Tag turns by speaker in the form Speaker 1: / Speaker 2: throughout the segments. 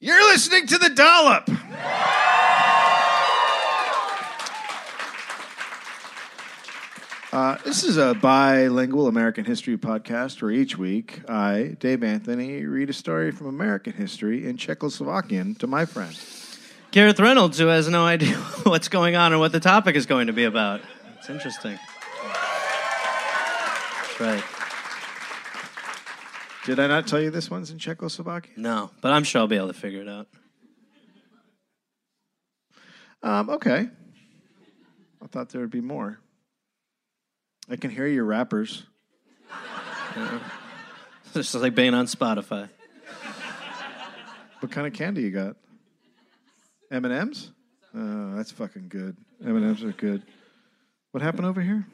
Speaker 1: You're listening to The Dollop. Uh, this is a bilingual American history podcast where each week I, Dave Anthony, read a story from American history in Czechoslovakian to my friend.
Speaker 2: Gareth Reynolds, who has no idea what's going on or what the topic is going to be about. It's interesting. That's right.
Speaker 1: Did I not tell you this one's in Czechoslovakian?
Speaker 2: No, but I'm sure I'll be able to figure it out.
Speaker 1: Um, okay. I thought there would be more. I can hear your rappers.
Speaker 2: It's just like being on Spotify.
Speaker 1: What kind of candy you got? M and M's? Oh, that's fucking good. M and M's are good. What happened over here?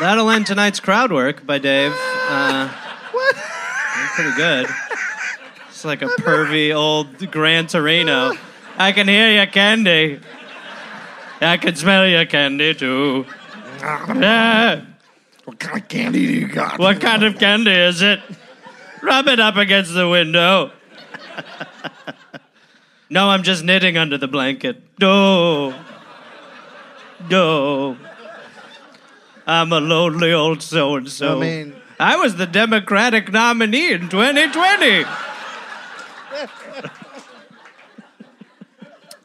Speaker 2: That'll end tonight's crowd work by Dave. Uh,
Speaker 1: What?
Speaker 2: pretty good. It's like a pervy old Gran Torino. I can hear your candy. I can smell your candy too. Yeah.
Speaker 1: What kind of candy do you got?
Speaker 2: What kind of candy is it? Rub it up against the window. no, I'm just knitting under the blanket. No. No. I'm a lonely old so and so.
Speaker 1: I mean-
Speaker 2: I was the Democratic nominee in 2020.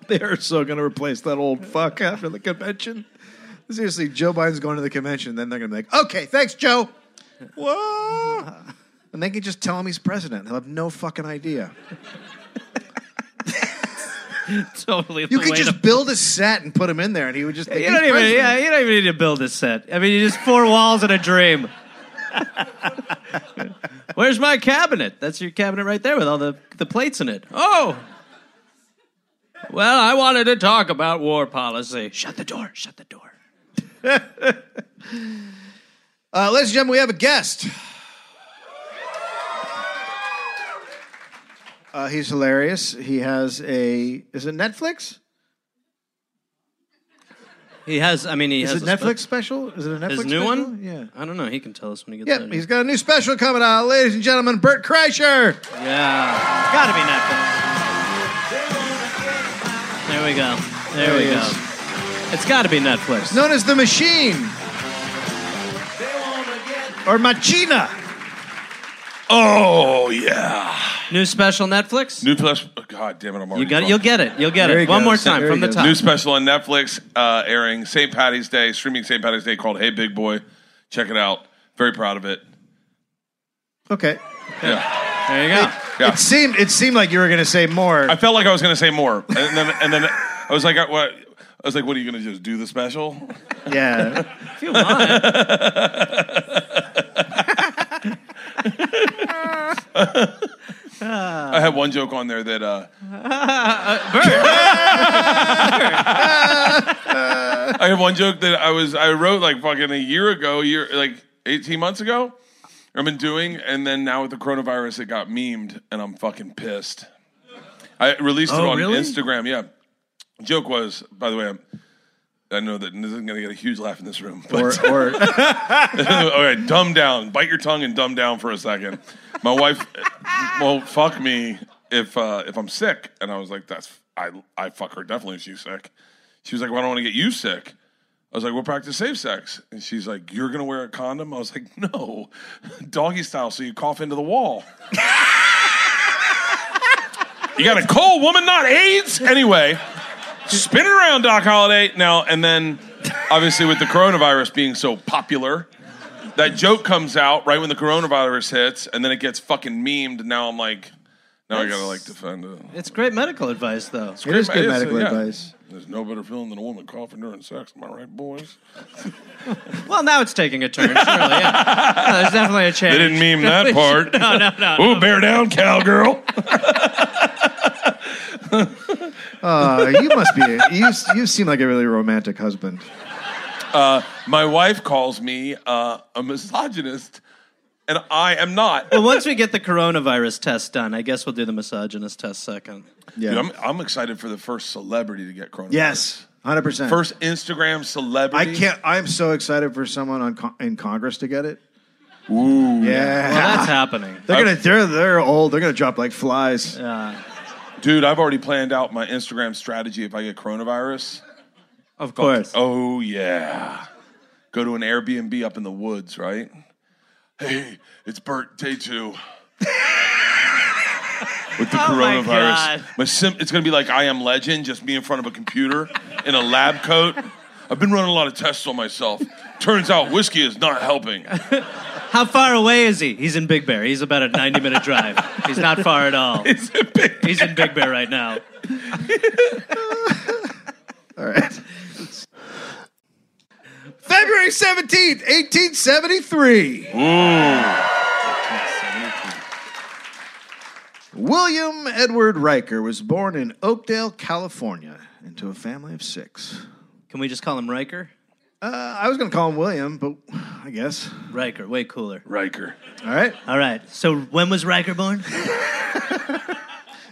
Speaker 1: They're so going to replace that old fuck after the convention. Seriously, Joe Biden's going to the convention, then they're going to be like, okay, thanks, Joe. Whoa. And they can just tell him he's president. He'll have no fucking idea.
Speaker 2: totally.
Speaker 1: You
Speaker 2: the
Speaker 1: could
Speaker 2: way
Speaker 1: just
Speaker 2: to-
Speaker 1: build a set and put him in there, and he would just think
Speaker 2: You don't
Speaker 1: he's
Speaker 2: even.
Speaker 1: president.
Speaker 2: Yeah, you don't even need to build a set. I mean, you just four walls and a dream. Where's my cabinet? That's your cabinet right there with all the the plates in it. Oh. Well, I wanted to talk about war policy. Shut the door. Shut the door.
Speaker 1: Uh, ladies and gentlemen, we have a guest. Uh, he's hilarious. He has a. Is it Netflix?
Speaker 2: He has. I mean, he
Speaker 1: Is
Speaker 2: has
Speaker 1: it
Speaker 2: a spe-
Speaker 1: Netflix special? Is it a Netflix
Speaker 2: His
Speaker 1: special?
Speaker 2: new one.
Speaker 1: Yeah.
Speaker 2: I don't know. He can tell us when he gets.
Speaker 1: Yep,
Speaker 2: there.
Speaker 1: he's got a new special coming out, ladies and gentlemen. Bert Kreischer.
Speaker 2: Yeah. It's gotta be Netflix. There we go. There,
Speaker 1: There
Speaker 2: we
Speaker 1: he
Speaker 2: go.
Speaker 1: is.
Speaker 2: It's gotta be Netflix.
Speaker 1: known as the Machine or Machina.
Speaker 3: Oh yeah.
Speaker 2: New special Netflix?
Speaker 3: New plus. oh, God damn it! I'm already.
Speaker 2: You got it.
Speaker 3: drunk.
Speaker 2: You'll get it. You'll get
Speaker 1: There he
Speaker 2: it. One
Speaker 1: goes.
Speaker 2: more time
Speaker 1: There
Speaker 2: from
Speaker 1: he
Speaker 2: the
Speaker 1: goes.
Speaker 2: top.
Speaker 3: New special on Netflix, uh, airing St. Patty's Day, streaming St. Patty's Day called Hey Big Boy. Check it out. Very proud of it.
Speaker 1: Okay.
Speaker 3: Yeah.
Speaker 2: There you go.
Speaker 3: Yeah.
Speaker 1: It seemed it seemed like you were going to say more.
Speaker 3: I felt like I was going to say more, and then and then I was like, I, what? I was like, what are you going to just do the special?
Speaker 1: yeah.
Speaker 2: If you want it.
Speaker 3: I
Speaker 2: Um,
Speaker 3: had one joke on there that uh, I had one joke that I was I wrote like fucking a year ago, year like eighteen months ago. I've been doing, and then now with the coronavirus, it got memed, and I'm fucking pissed. I released it
Speaker 2: Oh,
Speaker 3: on
Speaker 2: really?
Speaker 3: Instagram. Yeah, joke was by the way. I'm, I know that this isn't going to get a huge laugh in this room, but
Speaker 1: Or, or
Speaker 3: all right, dumb down. Bite your tongue and dumb down for a second. My wife well, fuck me if uh, if I'm sick. And I was like, that's I I fuck her definitely if she's sick. She was like, well, I don't want to get you sick. I was like, we'll practice safe sex. And she's like, you're gonna wear a condom? I was like, no, doggy style, so you cough into the wall. you got a cold woman, not AIDS. Anyway, spin it around, Doc Holiday. Now and then, obviously, with the coronavirus being so popular that joke comes out right when the coronavirus hits, and then it gets fucking memed. And now I'm like, now I gotta like defend it.
Speaker 2: It's great medical advice, though.
Speaker 1: it is good
Speaker 3: It's, uh,
Speaker 1: medical
Speaker 3: yeah.
Speaker 1: advice.
Speaker 3: There's no better feeling than a woman coughing during sex. Am I right, boys?
Speaker 2: Well, now it's taking a turn. Surely, yeah. No, there's definitely a change.
Speaker 3: They didn't meme that part. no, no, no. Ooh, bear down, cowgirl.
Speaker 1: Uh, you must be. You you seem like a really romantic husband.
Speaker 3: My wife calls me uh, a misogynist, and I am not.
Speaker 2: Well, once we get the coronavirus test done, I guess we'll do the misogynist test second.
Speaker 1: Yeah.
Speaker 3: Dude, I'm, I'm excited for the first celebrity to get coronavirus.
Speaker 1: yes. Hundred percent.
Speaker 3: First Instagram
Speaker 1: I
Speaker 3: celebrity.
Speaker 1: can't. I'm so excited for someone on con- in Congress to get it.
Speaker 3: Ooh.
Speaker 1: Yeah.
Speaker 2: That's what's happening.
Speaker 1: They're gonna they're they're old. They're gonna drop like flies.
Speaker 3: Dude, I've already planned out my Instagram strategy if I get coronavirus.
Speaker 2: Of course.
Speaker 3: Oh yeah. Go to an Airbnb up in the woods, right? Hey, it's Bert day two. With the
Speaker 2: Oh, my
Speaker 3: coronavirus.
Speaker 2: God.
Speaker 3: My sim- it's gonna be like I am legend, just me in front of a computer in a lab coat. I've been running a lot of tests on myself. Turns out whiskey is not helping.
Speaker 2: How far away is he? He's in Big Bear. He's about a 90 minute drive. He's not far at all.
Speaker 3: It's a big-
Speaker 2: He's in Big Bear right now.
Speaker 1: All right. February 17th, 1873. William Edward Riker was born in Oakdale, California, into a family of six.
Speaker 2: Can we just call him Riker?
Speaker 1: Uh, I was going to call him William, but I guess.
Speaker 2: Riker, way cooler.
Speaker 3: Riker.
Speaker 1: All right.
Speaker 2: All right. So when was Riker born?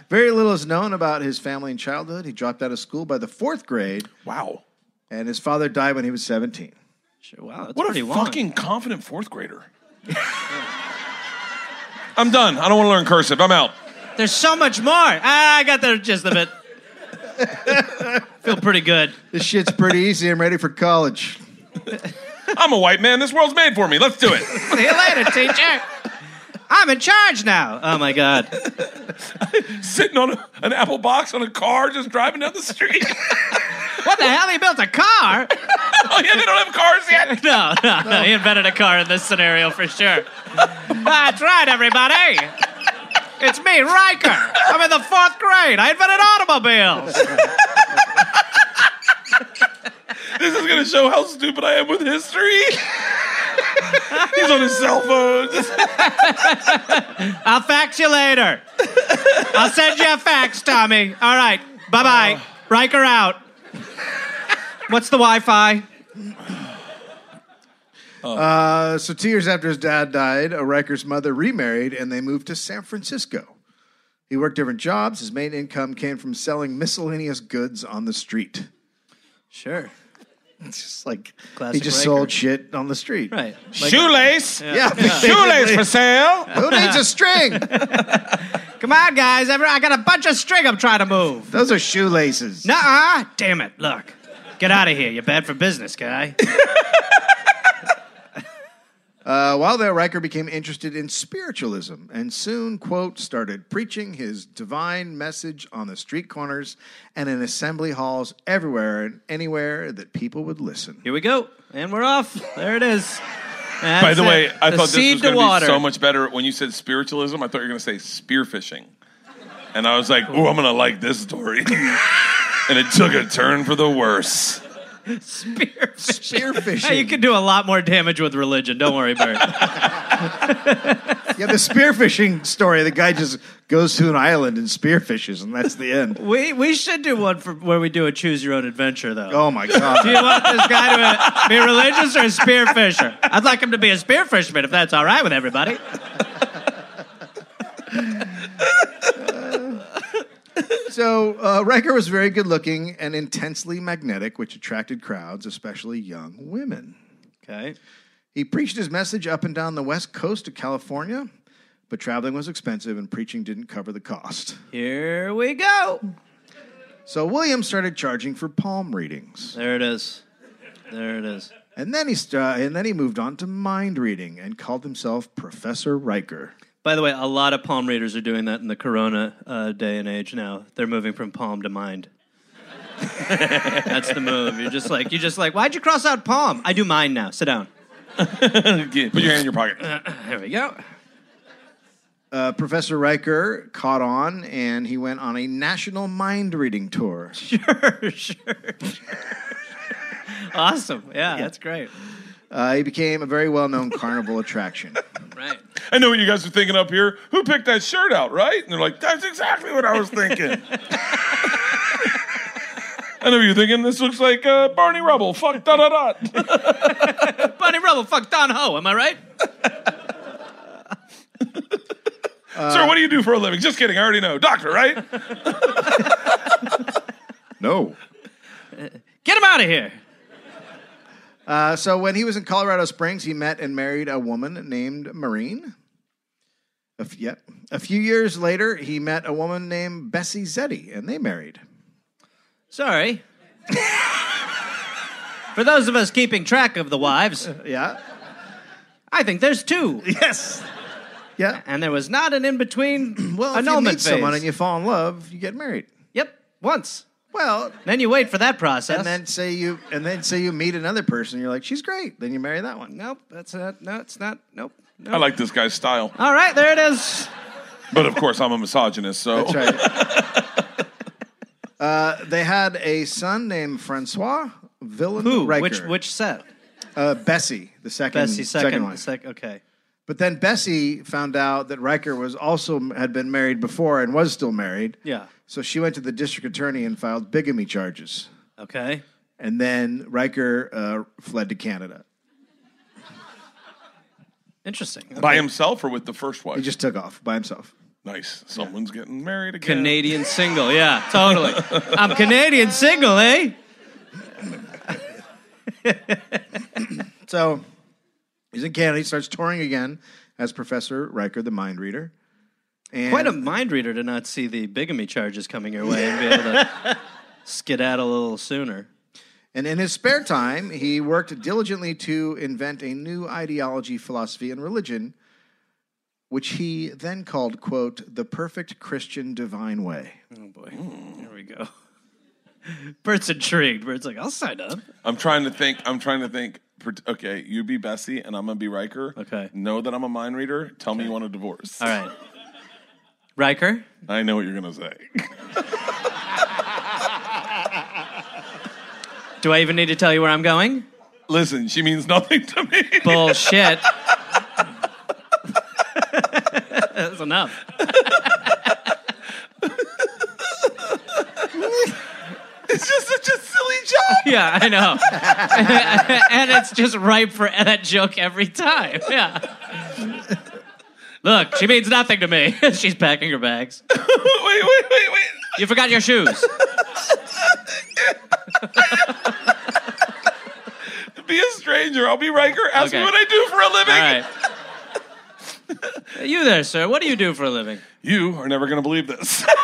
Speaker 1: Very little is known about his family and childhood. He dropped out of school by the fourth grade,
Speaker 3: Wow.
Speaker 1: and his father died when he was 17.
Speaker 2: Sure. Wow. That's
Speaker 3: What
Speaker 2: pretty
Speaker 3: a
Speaker 2: long.
Speaker 3: fucking confident fourth grader. I'm done. I don't want to learn cursive. I'm out.
Speaker 2: There's so much more. Ah, I got the gist of it. Feel pretty good.
Speaker 1: This shit's pretty easy. I'm ready for college.
Speaker 3: I'm a white man. This world's made for me. Let's do it.
Speaker 2: See you later, teacher. I'm in charge now. Oh my god.
Speaker 3: Sitting on a, an apple box on a car, just driving down the street.
Speaker 2: What the hell? He built a car?
Speaker 3: oh yeah, they don't have cars yet.
Speaker 2: No, no, no. He invented a car in this scenario for sure. That's right, everybody. It's me, Riker. I'm in the fourth grade. I invented automobiles.
Speaker 3: This is gonna show how stupid I am with history. He's on his cell phone.
Speaker 2: I'll fax you later. I'll send you a fax, Tommy. All right. Bye bye. Riker out. What's the Wi Fi?
Speaker 1: Uh, so, two years after his dad died, uh, Riker's mother remarried and they moved to San Francisco. He worked different jobs. His main income came from selling miscellaneous goods on the street.
Speaker 2: Sure.
Speaker 1: It's just like he
Speaker 2: Classic
Speaker 1: just
Speaker 2: Riker.
Speaker 1: sold shit on the street.
Speaker 2: Right.
Speaker 3: Shoelace.
Speaker 1: Yeah.
Speaker 3: Shoelace for sale.
Speaker 1: Who needs a string?
Speaker 2: Come on, guys. Every- I got a bunch of string I'm trying to move.
Speaker 1: Those are shoelaces.
Speaker 2: Nuh-uh. Damn it. Look. Get out of here. You're bad for business, guy.
Speaker 1: Uh, while there, Riker became interested in spiritualism and soon, quote, started preaching his divine message on the street corners and in assembly halls everywhere and anywhere that people would listen.
Speaker 2: Here we go. And we're off. There it is.
Speaker 3: By the way, I thought this
Speaker 2: seed
Speaker 3: was
Speaker 2: to
Speaker 3: going to
Speaker 2: water.
Speaker 3: be so much better when you said spiritualism. I thought you were going to say spearfishing, and I was like, "Oh, I'm going to like this story." and it took a turn for the worse.
Speaker 2: Spear fishing.
Speaker 1: Spear
Speaker 2: Hey, you
Speaker 1: fishing.
Speaker 2: can do a lot more damage with religion. Don't worry, Bert.
Speaker 1: yeah, the spearfishing story. The guy just goes to an island and spearfishes, and that's the end.
Speaker 2: we we should do one for where we do a choose your own adventure though.
Speaker 1: Oh my god!
Speaker 2: Do you want this guy to be religious or a spearfisher? I'd like him to be a spearfisherman if that's all right with everybody.
Speaker 1: So uh, Riker was very good looking and intensely magnetic, which attracted crowds, especially young women.
Speaker 2: Okay.
Speaker 1: He preached his message up and down the west coast of California, but traveling was expensive and preaching didn't cover the cost.
Speaker 2: Here we go.
Speaker 1: So William started charging for palm readings,
Speaker 2: There it is. There it is.
Speaker 1: and then he st- and then he moved on to mind reading and called himself Professor Riker.
Speaker 2: By the way, a lot of palm readers are doing that in the Corona uh, day and age now. They're moving from palm to mind. That's the move. You're just like you're just like. Why'd you cross out palm? I do mine now. Sit down.
Speaker 3: Put your hand in your pocket.
Speaker 2: There we go.
Speaker 1: Uh, Professor Riker caught on, and he went on a national mind reading tour.
Speaker 2: Sure, sure, sure. Awesome. Yeah, that's great.
Speaker 1: Uh, he became a very well known carnival attraction.
Speaker 2: Right.
Speaker 3: I know what you guys are thinking up here. Who picked that shirt out, right? And they're like, "That's exactly what I was thinking." I know what you're thinking. This looks like uh, Barney Rubble. Fuck da da da.
Speaker 2: Bunny Rubble, fuck Don Ho. Am I right?
Speaker 3: Sir, what do you do for a living? Just kidding. I already know. Doctor, right?
Speaker 1: no.
Speaker 2: Get him out of here.
Speaker 1: Uh, so when he was in Colorado Springs, he met and married a woman named Marine. A f- yep. A few years later, he met a woman named Bessie Zetti, and they married.
Speaker 2: Sorry. For those of us keeping track of the wives,
Speaker 1: Yeah.
Speaker 2: I think there's two.
Speaker 1: Yes. Yeah.
Speaker 2: And there was not an in between
Speaker 1: Well, if you
Speaker 2: annulment
Speaker 1: meet
Speaker 2: phase.
Speaker 1: someone and you fall in love, you get married.
Speaker 2: Yep, once.
Speaker 1: Well,
Speaker 2: Then you wait for that process.
Speaker 1: and then say you and then say you meet another person, you're like, she's great. Then you marry that one.
Speaker 2: nope, that's not. No, it's not. Nope.
Speaker 3: I
Speaker 2: nope.
Speaker 3: like this guy's style,
Speaker 2: All right, there it is.
Speaker 3: but of course I'm a misogynist. So
Speaker 1: That's right. uh, they had a son named Francois
Speaker 2: Who?
Speaker 1: Villeneuve.
Speaker 2: Which which set?
Speaker 1: Uh, Bessie, the second
Speaker 2: Bessie second.
Speaker 1: one.
Speaker 2: sec- okay.
Speaker 1: But then Bessie found out that Riker was also had been married before and was still married.
Speaker 2: Yeah.
Speaker 1: So she went to the district attorney and filed bigamy charges.
Speaker 2: Okay.
Speaker 1: And then Riker uh, fled to Canada.
Speaker 2: Interesting. Okay.
Speaker 3: by himself or with the first
Speaker 1: He
Speaker 3: wife?
Speaker 1: just took off by himself.
Speaker 3: nice. Someone's getting married again.
Speaker 2: Canadian single. Yeah, totally. I'm Canadian single, eh?
Speaker 1: So he's in Canada. He starts touring again as Professor Riker, the mind reader. And
Speaker 2: Quite a mind reader to not see the bigamy charges coming your way and be able to skedaddle a little sooner.
Speaker 1: And in his spare time, he worked diligently to invent a new ideology, philosophy, and religion, which he then called, quote, the perfect Christian divine way.
Speaker 2: Oh boy. Here we go. Bert's intrigued. Bert's like, I'll sign up.
Speaker 3: I'm trying to think. I'm trying to think. pret- Okay, you be Bessie, and I'm gonna be Riker.
Speaker 2: Okay.
Speaker 3: Know that I'm a mind reader. Tell me you want a divorce.
Speaker 2: All right. Riker,
Speaker 3: I know what you're gonna say.
Speaker 2: do I even need to tell you where I'm going?
Speaker 3: Listen, she means nothing to me.
Speaker 2: Bullshit. That's enough.
Speaker 3: it's just such a silly job.
Speaker 2: Yeah, I know. and it's just ripe for that joke every time. Yeah. Look, she means nothing to me. She's packing her bags.
Speaker 3: wait, wait, wait, wait.
Speaker 2: You forgot your shoes.
Speaker 3: Be a stranger. I'll be Riker. Ask
Speaker 2: Okay.
Speaker 3: me what I do for a living.
Speaker 2: All right. You there, sir. What do you do for a living?
Speaker 3: You are never gonna believe this.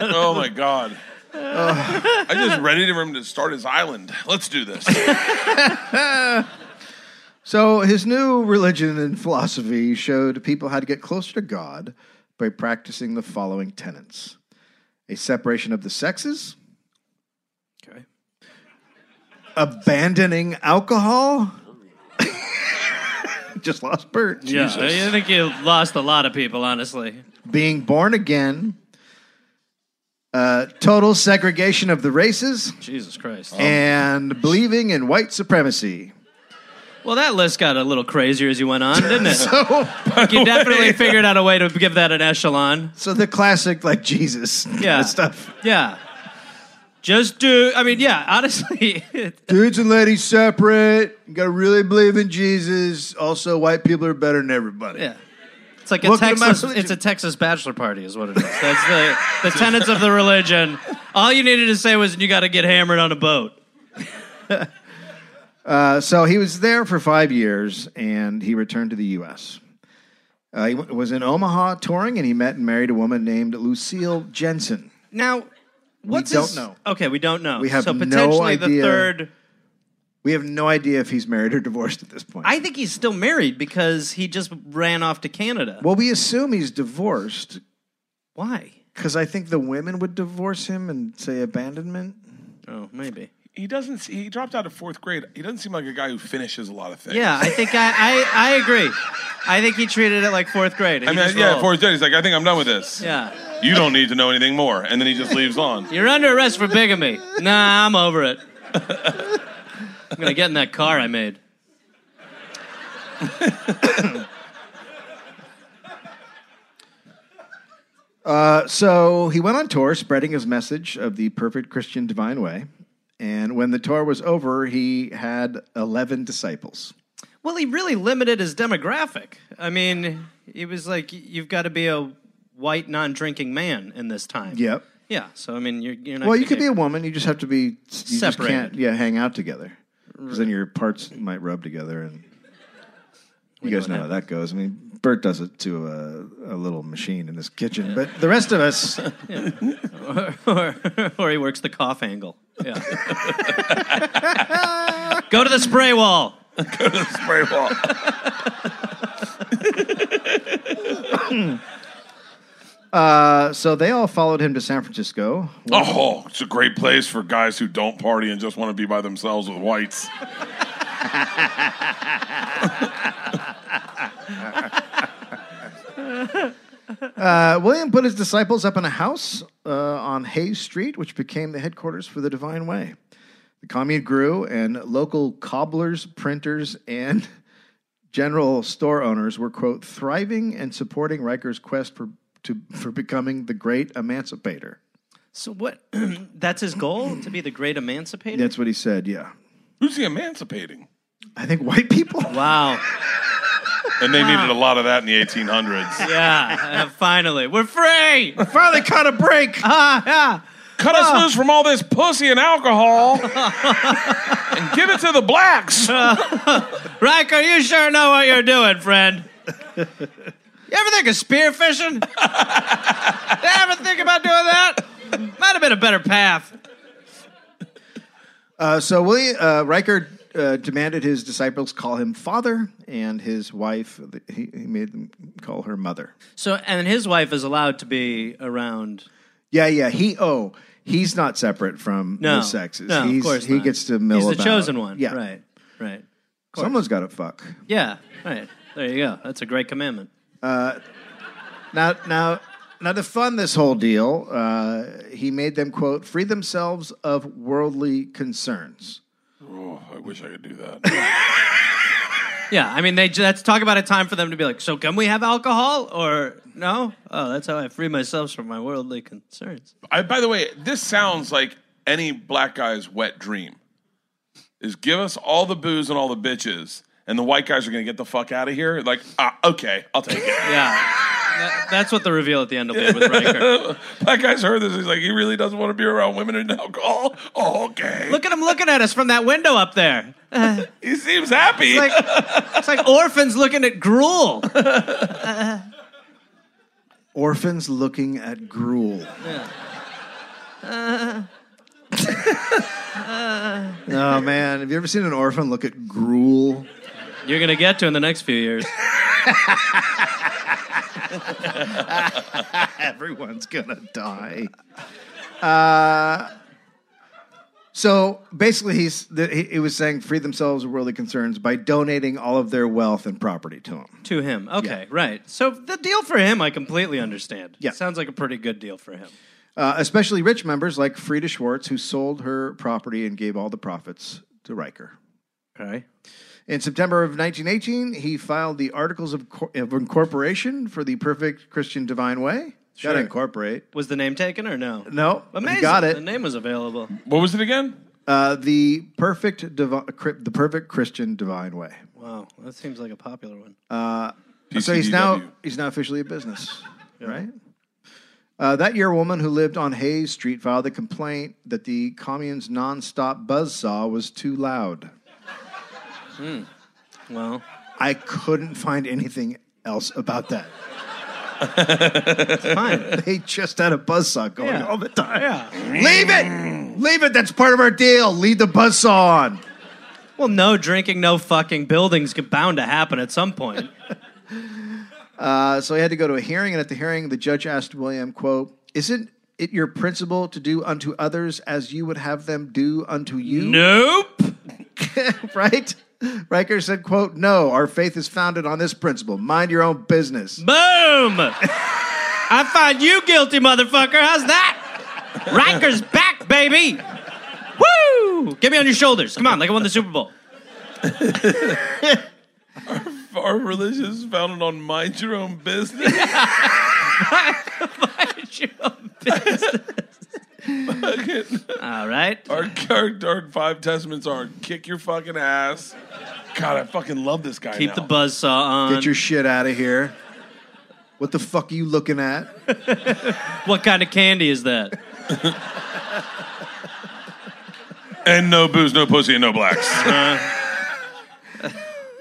Speaker 3: oh my god. I just ready for him to start his island. Let's do this.
Speaker 1: So his new religion and philosophy showed people how to get closer to God by practicing the following tenets a separation of the sexes,
Speaker 2: Okay.
Speaker 1: abandoning alcohol. Just lost Bert.
Speaker 2: Yeah, I think you lost a lot of people, honestly.
Speaker 1: being born again, uh, total segregation of the races,
Speaker 2: Jesus Christ.
Speaker 1: and believing in white supremacy.
Speaker 2: Well, that list got a little crazier as you went on, didn't it? you definitely figured out a way to give that an echelon.
Speaker 1: So the classic, like Jesus,
Speaker 2: Yeah.
Speaker 1: yeah. stuff.
Speaker 2: Yeah. Just do, I mean, yeah, honestly, it-
Speaker 1: Dudes and ladies separate. You gotta really believe in Jesus. Also, white people are better than everybody.
Speaker 2: yeah. It's like a
Speaker 1: Welcome to my
Speaker 2: Texas,
Speaker 1: religion.
Speaker 2: it's a Texas bachelor party is what it is. That's the, the tenets of the religion. All you needed to say was you got to get hammered on a boat.
Speaker 1: Uh, so he was there for five years, and he returned to the U.S. Uh, he w- was in Omaha touring, and he met and married a woman named Lucille Jensen.
Speaker 2: Now, what's
Speaker 1: don't
Speaker 2: his-
Speaker 1: know.
Speaker 2: Okay, we don't know.
Speaker 1: We have
Speaker 2: so
Speaker 1: no
Speaker 2: potentially the
Speaker 1: idea.
Speaker 2: third.
Speaker 1: We have no idea if he's married or divorced at this point.
Speaker 2: I think he's still married because he just ran off to Canada.
Speaker 1: Well, we assume he's divorced
Speaker 2: Why?
Speaker 1: because I think the women would divorce him and say abandonment.
Speaker 2: Oh, maybe.
Speaker 3: He doesn't. He dropped out of fourth grade. He doesn't seem like a guy who finishes a lot of things.
Speaker 2: Yeah, I think I, I, I agree. I think he treated it like fourth grade.
Speaker 3: I mean, yeah. Fourth grade. He's like, I think I'm done with this.
Speaker 2: Yeah.
Speaker 3: You don't need to know anything more. And then he just leaves on.
Speaker 2: You're under arrest for bigamy. Nah, I'm over it. I'm going to get in that car I made.
Speaker 1: Uh, so he went on tour spreading his message of the perfect Christian divine way. And when the tour was over, he had 11 disciples.
Speaker 2: Well, he really limited his demographic. I mean, he was like, you've got to be a white, non drinking man in this time.
Speaker 1: Yep.
Speaker 2: Yeah. So I mean, you're you're not.
Speaker 1: Well,
Speaker 2: gonna
Speaker 1: you could be
Speaker 2: get-
Speaker 1: a woman. You just have to be you Just
Speaker 2: Separated.
Speaker 1: can't, yeah, hang out together because then your parts might rub together, and you guys know how that goes. I mean, Bert does it to a, a little machine in his kitchen, but the rest of us,
Speaker 2: or, or he works the cough angle. Yeah. Go to the spray wall.
Speaker 3: Spray ball.
Speaker 1: uh, so they all followed him to San Francisco.
Speaker 3: Oh, it's a great place for guys who don't party and just want to be by themselves with whites.
Speaker 1: Uh, William put his disciples up in a house uh, on Hayes Street, which became the headquarters for the Divine Way. The commune grew, and local cobblers, printers, and general store owners were, quote, thriving and supporting Riker's quest for, to, for becoming the great emancipator.
Speaker 2: So what? that's his goal to be the great emancipator.
Speaker 1: That's what he said, yeah.
Speaker 3: Who's he emancipating?
Speaker 1: I think white people.
Speaker 2: Wow.
Speaker 3: And they needed a lot of that in the 1800s.
Speaker 2: Yeah. uh, finally, we're free.
Speaker 1: Finally caught a break.
Speaker 2: Ah, yeah.
Speaker 3: Cut us loose from all this pussy and alcohol and give it to the blacks. Oh,
Speaker 2: Riker, you sure know what you're doing, friend. You ever think of spearfishing? you ever think about doing that? Might have been a better path.
Speaker 1: Uh, so William uh, Riker uh, demanded his disciples call him father, and his wife, he, he made them call her mother.
Speaker 2: So, and his wife is allowed to be around.
Speaker 1: Yeah, yeah. He oh, he's not separate from
Speaker 2: No,
Speaker 1: the sexes.
Speaker 2: No,
Speaker 1: he's,
Speaker 2: of course
Speaker 1: he
Speaker 2: not.
Speaker 1: gets to mill
Speaker 2: He's the
Speaker 1: about.
Speaker 2: chosen one.
Speaker 1: Yeah,
Speaker 2: Right. Right.
Speaker 1: Someone's got to fuck.
Speaker 2: Yeah. Right. There you go. That's a great commandment.
Speaker 1: Now, now, now to fund this whole deal, uh, he made them quote free themselves of worldly concerns.
Speaker 3: Oh, I wish I could do that.
Speaker 2: Yeah. I mean, they that's talk about a time for them to be like, so can we have alcohol or no? Oh, that's how I free myself from my worldly concerns.
Speaker 3: I, by the way, this sounds like any black guy's wet dream. Is give us all the booze and all the bitches, and the white guys are gonna get the fuck out of here. Like, ah, okay, I'll take it.
Speaker 2: Yeah. That- that's what the reveal at the end will be with Riker.
Speaker 3: Black guy's heard this. He's like, he really doesn't want to be around women and alcohol. Oh, okay.
Speaker 2: Look at him looking at us from that window up there.
Speaker 3: he seems happy.
Speaker 2: It's like, it's like orphans looking at gruel.
Speaker 1: Orphans looking at gruel.
Speaker 2: Uh.
Speaker 1: oh man, have you ever seen an orphan look at gruel?
Speaker 2: You're going to get to in the next few years.
Speaker 1: Everyone's gonna die. Uh, so basically, he's the, he, he was saying free themselves of worldly concerns by donating all of their wealth and property to him.
Speaker 2: To him. Okay, right. So the deal for him, I completely understand.
Speaker 1: Yeah.
Speaker 2: Sounds like a pretty good deal for him.
Speaker 1: Uh, especially rich members like Frida Schwartz, who sold her property and gave all the profits to Riker.
Speaker 2: Okay.
Speaker 1: In September of 1918, he filed the Articles of, Cor- of Incorporation for the Perfect Christian Divine Way. Got to
Speaker 2: Sure.
Speaker 1: incorporate.
Speaker 2: Was the name taken or no?
Speaker 1: No,
Speaker 2: Amazing.
Speaker 1: he got
Speaker 2: The
Speaker 1: it.
Speaker 2: name was available.
Speaker 3: what was it again?
Speaker 1: Uh, the perfect, divi- cri- the perfect Christian Divine Way.
Speaker 2: Wow, that seems like a popular one.
Speaker 1: Uh, So he's now
Speaker 3: PCDW.
Speaker 1: he's now officially a business, right? Uh, that year, a woman who lived on Hayes Street filed a complaint that the commune's nonstop buzzsaw was too loud.
Speaker 2: Well,
Speaker 1: I couldn't find anything else about that.
Speaker 2: fine.
Speaker 1: They just had a buzzsaw going
Speaker 2: Yeah.
Speaker 1: all the time.
Speaker 2: yeah.
Speaker 1: Leave it! Leave it! That's part of our deal. Leave the buzzsaw on.
Speaker 2: Well, no drinking, no fucking buildings get bound to happen at some point.
Speaker 1: Uh, so he had to go to a hearing, and at the hearing, the judge asked William, quote, Isn't it your principle to do unto others as you would have them do unto you?
Speaker 2: nope.
Speaker 1: right? Riker said, quote, no, our faith is founded on this principle. Mind your own business.
Speaker 2: Boom! I find you guilty, motherfucker. How's that? Riker's back, baby. Woo! Get me on your shoulders. Come on, like I won the Super Bowl.
Speaker 3: Our religion is founded on mind your own business.
Speaker 2: All right.
Speaker 3: our, our, our five testaments are kick your fucking ass. God, I fucking love this guy.
Speaker 2: Keep
Speaker 3: now.
Speaker 2: the buzzsaw on.
Speaker 1: Get your shit out of here. What the fuck are you looking at?
Speaker 2: what kind of candy is that?
Speaker 3: And no booze, no pussy, and no blacks.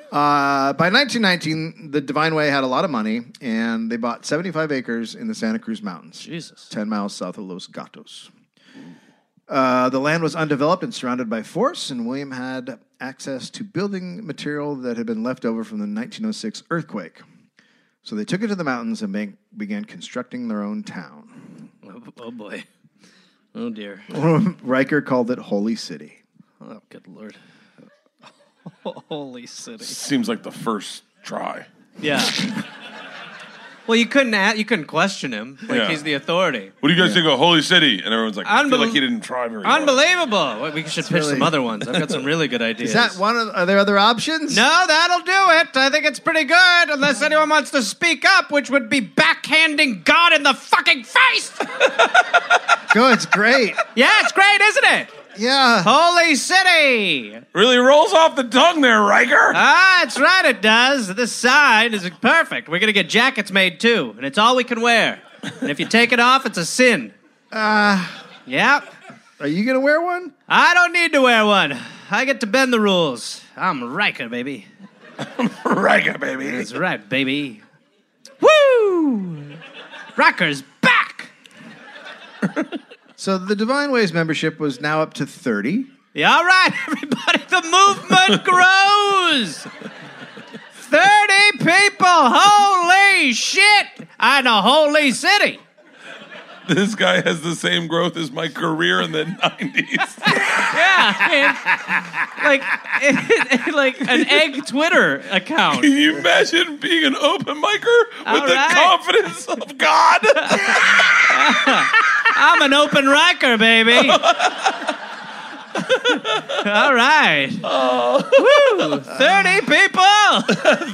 Speaker 1: Uh, by 1919, the Divine Way had a lot of money, and they bought 75 acres in the Santa Cruz Mountains.
Speaker 2: Jesus.
Speaker 1: 10 miles south of Los Gatos. Uh, the land was undeveloped and surrounded by forests, and William had access to building material that had been left over from the 1906 earthquake. So they took it to the mountains and be- began constructing their own town.
Speaker 2: Oh, oh boy. Oh dear.
Speaker 1: Riker called it Holy City.
Speaker 2: Oh good lord. Holy city.
Speaker 3: Seems like the first try.
Speaker 2: Yeah. well, you couldn't a you couldn't question him. Like
Speaker 3: Yeah.
Speaker 2: he's the authority.
Speaker 3: What do you guys think of Holy City? And everyone's like, I feel
Speaker 2: Unbel-
Speaker 3: like he didn't try very hard.
Speaker 2: Unbelievable. Wait, we should pitch
Speaker 1: really-
Speaker 2: some other ones. I've got some really good ideas.
Speaker 1: Is that one of, are there other options?
Speaker 2: No, that'll do it. I think it's pretty good, unless anyone wants to speak up, which would be backhanding God in the fucking face.
Speaker 1: Good, it's great.
Speaker 2: yeah, it's great, isn't it?
Speaker 1: Yeah.
Speaker 2: Holy city!
Speaker 3: Really rolls off the tongue there, Riker.
Speaker 2: Ah, that's right, it does. This sign is perfect. We're gonna get jackets made too, and it's all we can wear. And if you take it off, it's a sin. Uh, yep.
Speaker 1: Are you going to wear one?
Speaker 2: I don't need to wear one. I get to bend the rules. I'm Riker, baby.
Speaker 3: Riker, baby.
Speaker 2: That's right, baby. Woo! Riker's back!
Speaker 1: So the Divine Ways membership was now up to 30.
Speaker 2: Yeah, all right, everybody. The movement grows. 30 people. Holy shit. And a holy city.
Speaker 3: This guy has the same growth as my career in the 90s.
Speaker 2: Yeah. I mean, like, like an egg Twitter account.
Speaker 3: Can you imagine being an open micer with
Speaker 2: All
Speaker 3: the
Speaker 2: right.
Speaker 3: confidence of God?
Speaker 2: I'm an open rocker, baby. All right. Woo, 30 people.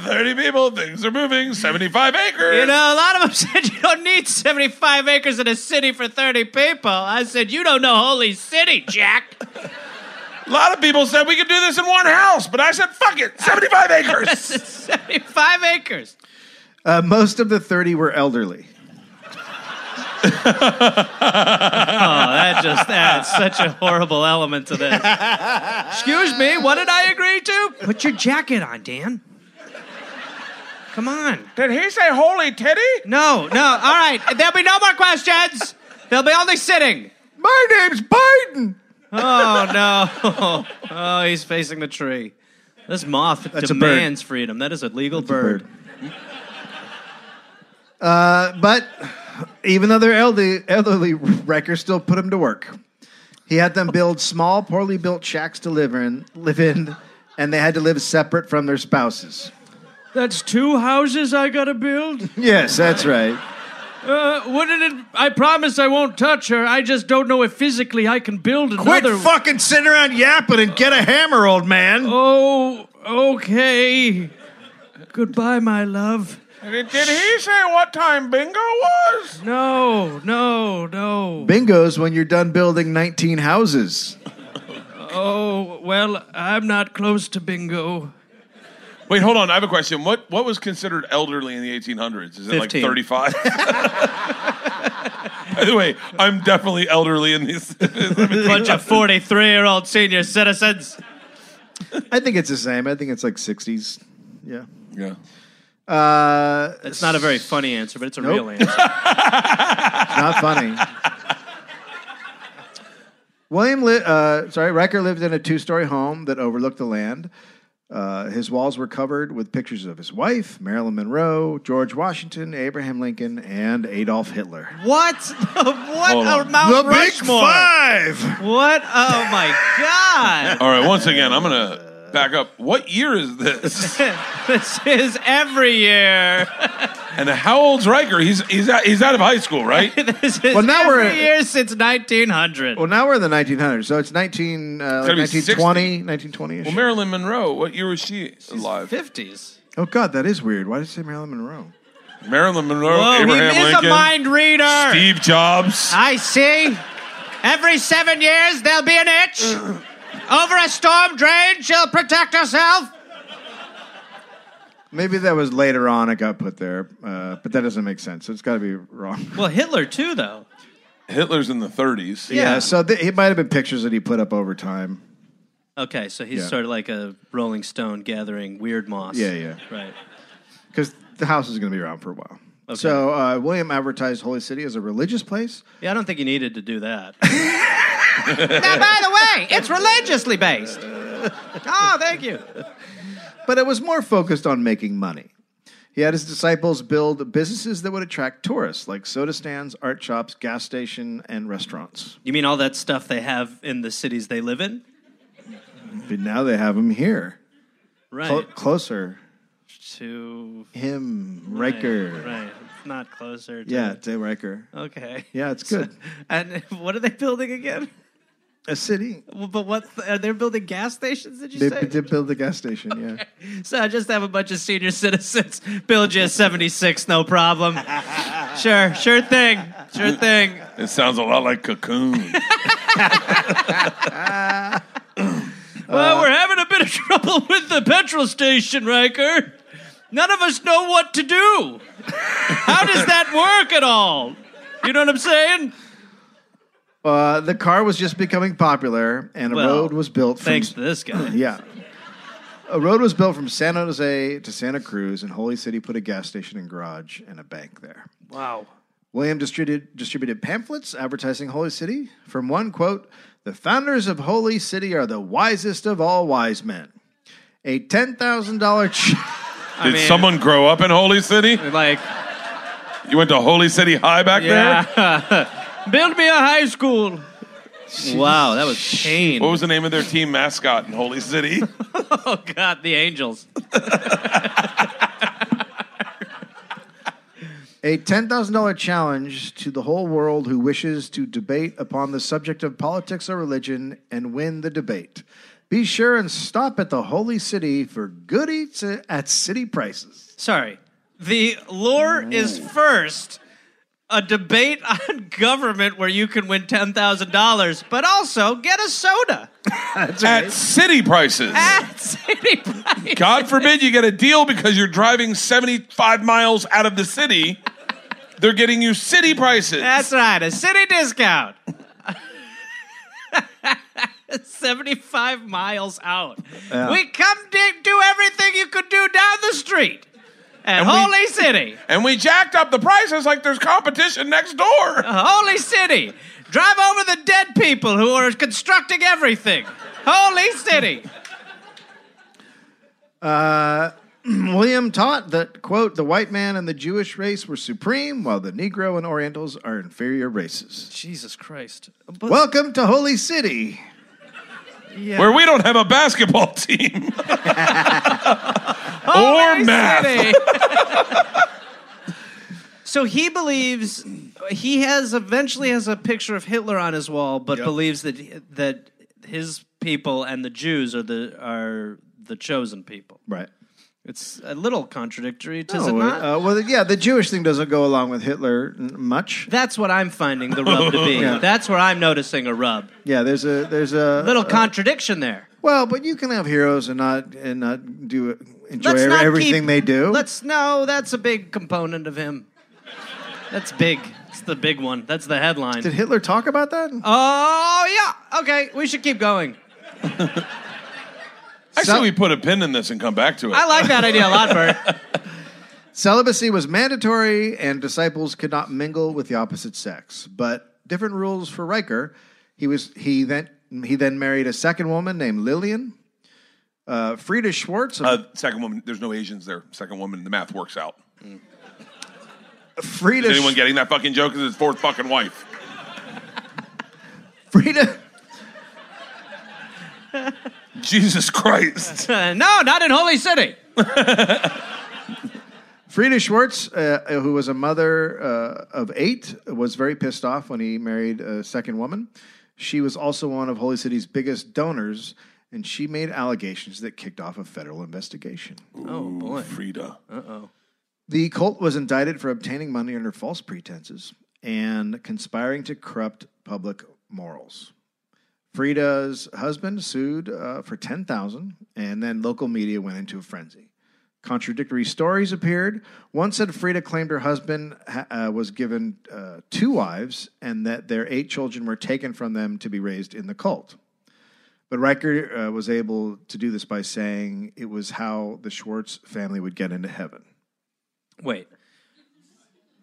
Speaker 3: 30 people, things are moving, 75 acres.
Speaker 2: You know, a lot of them said you don't need 75 acres in a city for 30 people. I said, you don't know Holy City, Jack.
Speaker 3: a lot of people said we could do this in one house, but I said, fuck it, 75 acres.
Speaker 2: 75 acres.
Speaker 1: Uh, most of the 30 were elderly.
Speaker 2: Oh, that just adds such a horrible element to this. Excuse me, what did I agree to? Put your jacket on, Dan. Come on.
Speaker 3: Did he say holy titty?
Speaker 2: No, no. All right. There'll be no more questions. They'll be only sitting.
Speaker 1: My name's Biden.
Speaker 2: Oh, no. Oh, he's facing the tree. This moth
Speaker 1: That's a bird.
Speaker 2: demands freedom. That is a legal bird.
Speaker 1: Uh, but even though they're elderly, elderly Riker still put them to work. He had them build small, poorly built shacks to live in, live in, and they had to live separate from their spouses.
Speaker 2: That's two houses I gotta build?
Speaker 1: Yes, that's right.
Speaker 2: Uh, wouldn't it? I promise I won't touch her. I just don't know if physically I can build
Speaker 1: Quit
Speaker 2: another.
Speaker 1: fucking sitting around yapping and get a hammer, old man.
Speaker 2: Oh, okay. Goodbye, my love.
Speaker 3: Did he say what time bingo was?
Speaker 2: No, no, no.
Speaker 1: Bingo's when you're done building 19 houses.
Speaker 2: Oh, well, I'm not close to bingo.
Speaker 3: Wait, hold on. I have a question. What what was considered elderly in the 1800s? Is it like
Speaker 2: 15.
Speaker 3: 35? By the way, I'm definitely elderly in these.
Speaker 2: bunch of 43 year old senior citizens.
Speaker 1: I think it's the same. I think it's like 60s. Yeah.
Speaker 3: yeah.
Speaker 1: Uh,
Speaker 2: It's not a very funny answer, but it's a
Speaker 1: Nope.
Speaker 2: real answer.
Speaker 1: Not funny. William, li- uh, sorry, Riker lived in a two-story home that overlooked the land. Uh, his walls were covered with pictures of his wife, Marilyn Monroe, George Washington, Abraham Lincoln, and Adolf Hitler.
Speaker 2: What? what
Speaker 3: Hold
Speaker 2: a
Speaker 3: on.
Speaker 2: Mount Rushmore.
Speaker 1: Five.
Speaker 2: What? Oh my God.
Speaker 3: All right. Once again, I'm gonna back up. What year is this?
Speaker 2: this is every year.
Speaker 3: And how old's Riker? He's he's out, he's out of high school, right?
Speaker 2: This is
Speaker 1: Well, now
Speaker 2: every
Speaker 1: we're-
Speaker 2: year since 1900.
Speaker 1: Well, now we're in the 1900s, so it's 19, uh, like
Speaker 3: gotta be
Speaker 1: 1920, 1920-ish.
Speaker 3: Well, Marilyn Monroe. What year was she alive?
Speaker 2: 50s.
Speaker 1: oh God, that is weird. Why did it say Marilyn Monroe?
Speaker 3: Marilyn Monroe,
Speaker 2: Whoa,
Speaker 3: Abraham
Speaker 2: Oh, he is
Speaker 3: Lincoln,
Speaker 2: a mind reader.
Speaker 3: Steve Jobs.
Speaker 2: I see. Every seven years, there'll be an itch. Over a storm drain, she'll protect herself.
Speaker 1: Maybe that was later on. It got put there, uh, but that doesn't make sense. So it's got to be wrong.
Speaker 2: Well, Hitler, too, though.
Speaker 3: Hitler's in the 30s.
Speaker 1: Yeah,
Speaker 2: Yeah.
Speaker 1: so th- it might have been pictures that he put up over time.
Speaker 2: Okay, so he's
Speaker 1: Yeah.
Speaker 2: sort of like a Rolling Stone gathering weird moss.
Speaker 1: Yeah, yeah.
Speaker 2: Right.
Speaker 1: because the house is going to be around for a while. So uh, William advertised Holy City as a religious place.
Speaker 2: Yeah, I don't think he needed to do that.
Speaker 4: Now, by the way, it's religiously based.
Speaker 2: oh, thank you.
Speaker 1: but it was more focused on making money. He had his disciples build businesses that would attract tourists, like soda stands, art shops, gas station, and restaurants.
Speaker 2: You mean all that stuff they have in the cities they live in?
Speaker 1: But now they have him here,
Speaker 2: Right.
Speaker 1: Clo- closer.
Speaker 2: to
Speaker 1: Him, Riker.
Speaker 2: Right. It's Not closer. To,
Speaker 1: Yeah, to Riker.
Speaker 2: Okay.
Speaker 1: Yeah, it's good.
Speaker 2: And what are they building again?
Speaker 1: a city.
Speaker 2: Well, But what are they building gas stations? Did you
Speaker 1: They,
Speaker 2: say?
Speaker 1: they build a gas station. Yeah.
Speaker 2: So I just have a bunch of senior citizens build you a 76, no problem. Sure, sure thing, sure thing.
Speaker 3: It sounds a lot like Cocoon.
Speaker 2: Well, we're having a bit of trouble with the petrol station, Riker. None of us know what to do. How does that work at all? You know what I'm saying?
Speaker 1: Uh, the car was just becoming popular, and a
Speaker 2: Well,
Speaker 1: road was built. From,
Speaker 2: Thanks to this guy.
Speaker 1: Yeah. A road was built from San Jose to Santa Cruz, and Holy City put a gas station and garage and a bank there.
Speaker 2: Wow.
Speaker 1: William distributed, distributed pamphlets advertising Holy City. From one quote, the founders of Holy City are the wisest of all wise men. A $10,000 check.
Speaker 3: Did
Speaker 2: mean-
Speaker 3: someone grow up in Holy City?
Speaker 2: Like,
Speaker 3: You went to Holy City High back there?
Speaker 2: yeah. Build me a high school. Wow, that was pain.
Speaker 3: What was the name of their team mascot in Holy City?
Speaker 2: Oh God, the angels.
Speaker 1: A $10,000 challenge to the whole world who wishes to debate upon the subject of politics or religion and win the debate. Be sure and stop at the Holy City for goodies at city prices.
Speaker 2: Sorry. The lore is
Speaker 3: Mm.
Speaker 2: first a debate on government where you can win $10,000, but also get a soda
Speaker 3: At city prices.
Speaker 2: at City Price.
Speaker 3: God forbid you get a deal because you're driving 75 miles out of the city. They're getting you city prices.
Speaker 2: That's right, a city discount. 75 miles out. We come to do everything you could do down the street at
Speaker 3: we-
Speaker 2: Holy City.
Speaker 3: and we jacked up the prices like there's competition next door.
Speaker 2: Holy City. Drive over the dead people who are constructing everything. Holy City.
Speaker 1: William taught that, quote, the white man and the Jewish race were supreme, while the Negro and Orientals are inferior races.
Speaker 2: Jesus Christ.
Speaker 1: Welcome to Holy City.
Speaker 3: Where we don't have a basketball team.
Speaker 2: Oh,
Speaker 3: or math.
Speaker 2: so he believes he has eventually has a picture of Hitler on his wall, but believes that that his people and the Jews are the are the chosen people.
Speaker 1: Right.
Speaker 2: It's a little contradictory, does
Speaker 1: Oh,
Speaker 2: it not?
Speaker 1: uh, well, yeah, the Jewish thing doesn't go along with Hitler n- much.
Speaker 2: That's what I'm finding the rub to be.
Speaker 1: Yeah.
Speaker 2: That's where I'm noticing a rub.
Speaker 1: Yeah, there's a there's a
Speaker 2: Little contradiction there.
Speaker 1: Well, but you can have heroes and not and not do enjoy
Speaker 2: Let's
Speaker 1: ev-
Speaker 2: not
Speaker 1: everything
Speaker 2: keep-
Speaker 1: they do.
Speaker 2: Let's no, that's a big component of him. That's big. It's the big one. That's the headline.
Speaker 1: Did Hitler talk about that?
Speaker 2: Uh, oh yeah. Okay, we should keep going.
Speaker 3: I say
Speaker 1: Some-
Speaker 3: we put a pin in this and come back to it.
Speaker 2: I like that idea a lot, Bert.
Speaker 1: Celibacy was mandatory, and disciples could not mingle with the opposite sex. But different rules for Riker. He was he then he then married a second woman named Lillian. Uh, Frida Schwartz. Of,
Speaker 3: uh, second woman, there's no Asians there. Second woman, the math works out.
Speaker 1: Frida.
Speaker 3: Is anyone
Speaker 1: Sch-
Speaker 3: getting that fucking joke? Is his fourth fucking wife.
Speaker 1: Frida.
Speaker 3: Jesus Christ.
Speaker 2: Uh, no, not in Holy City.
Speaker 1: Frida Schwartz, uh, who was a mother uh, of eight, was very pissed off when he married a second woman. She was also one of Holy City's biggest donors, and she made allegations that kicked off a federal investigation.
Speaker 2: Oh boy. Oh.
Speaker 3: Frida.
Speaker 1: The cult was indicted for obtaining money under false pretenses and conspiring to corrupt public morals. Frida's husband sued uh, for ten thousand, and then local media went into a frenzy. Contradictory stories appeared. One said Frida claimed her husband ha- uh, was given uh, two wives and that their eight children were taken from them to be raised in the cult. But Riker uh, was able to do this by saying it was how the Schwartz family would get into heaven.
Speaker 2: Wait.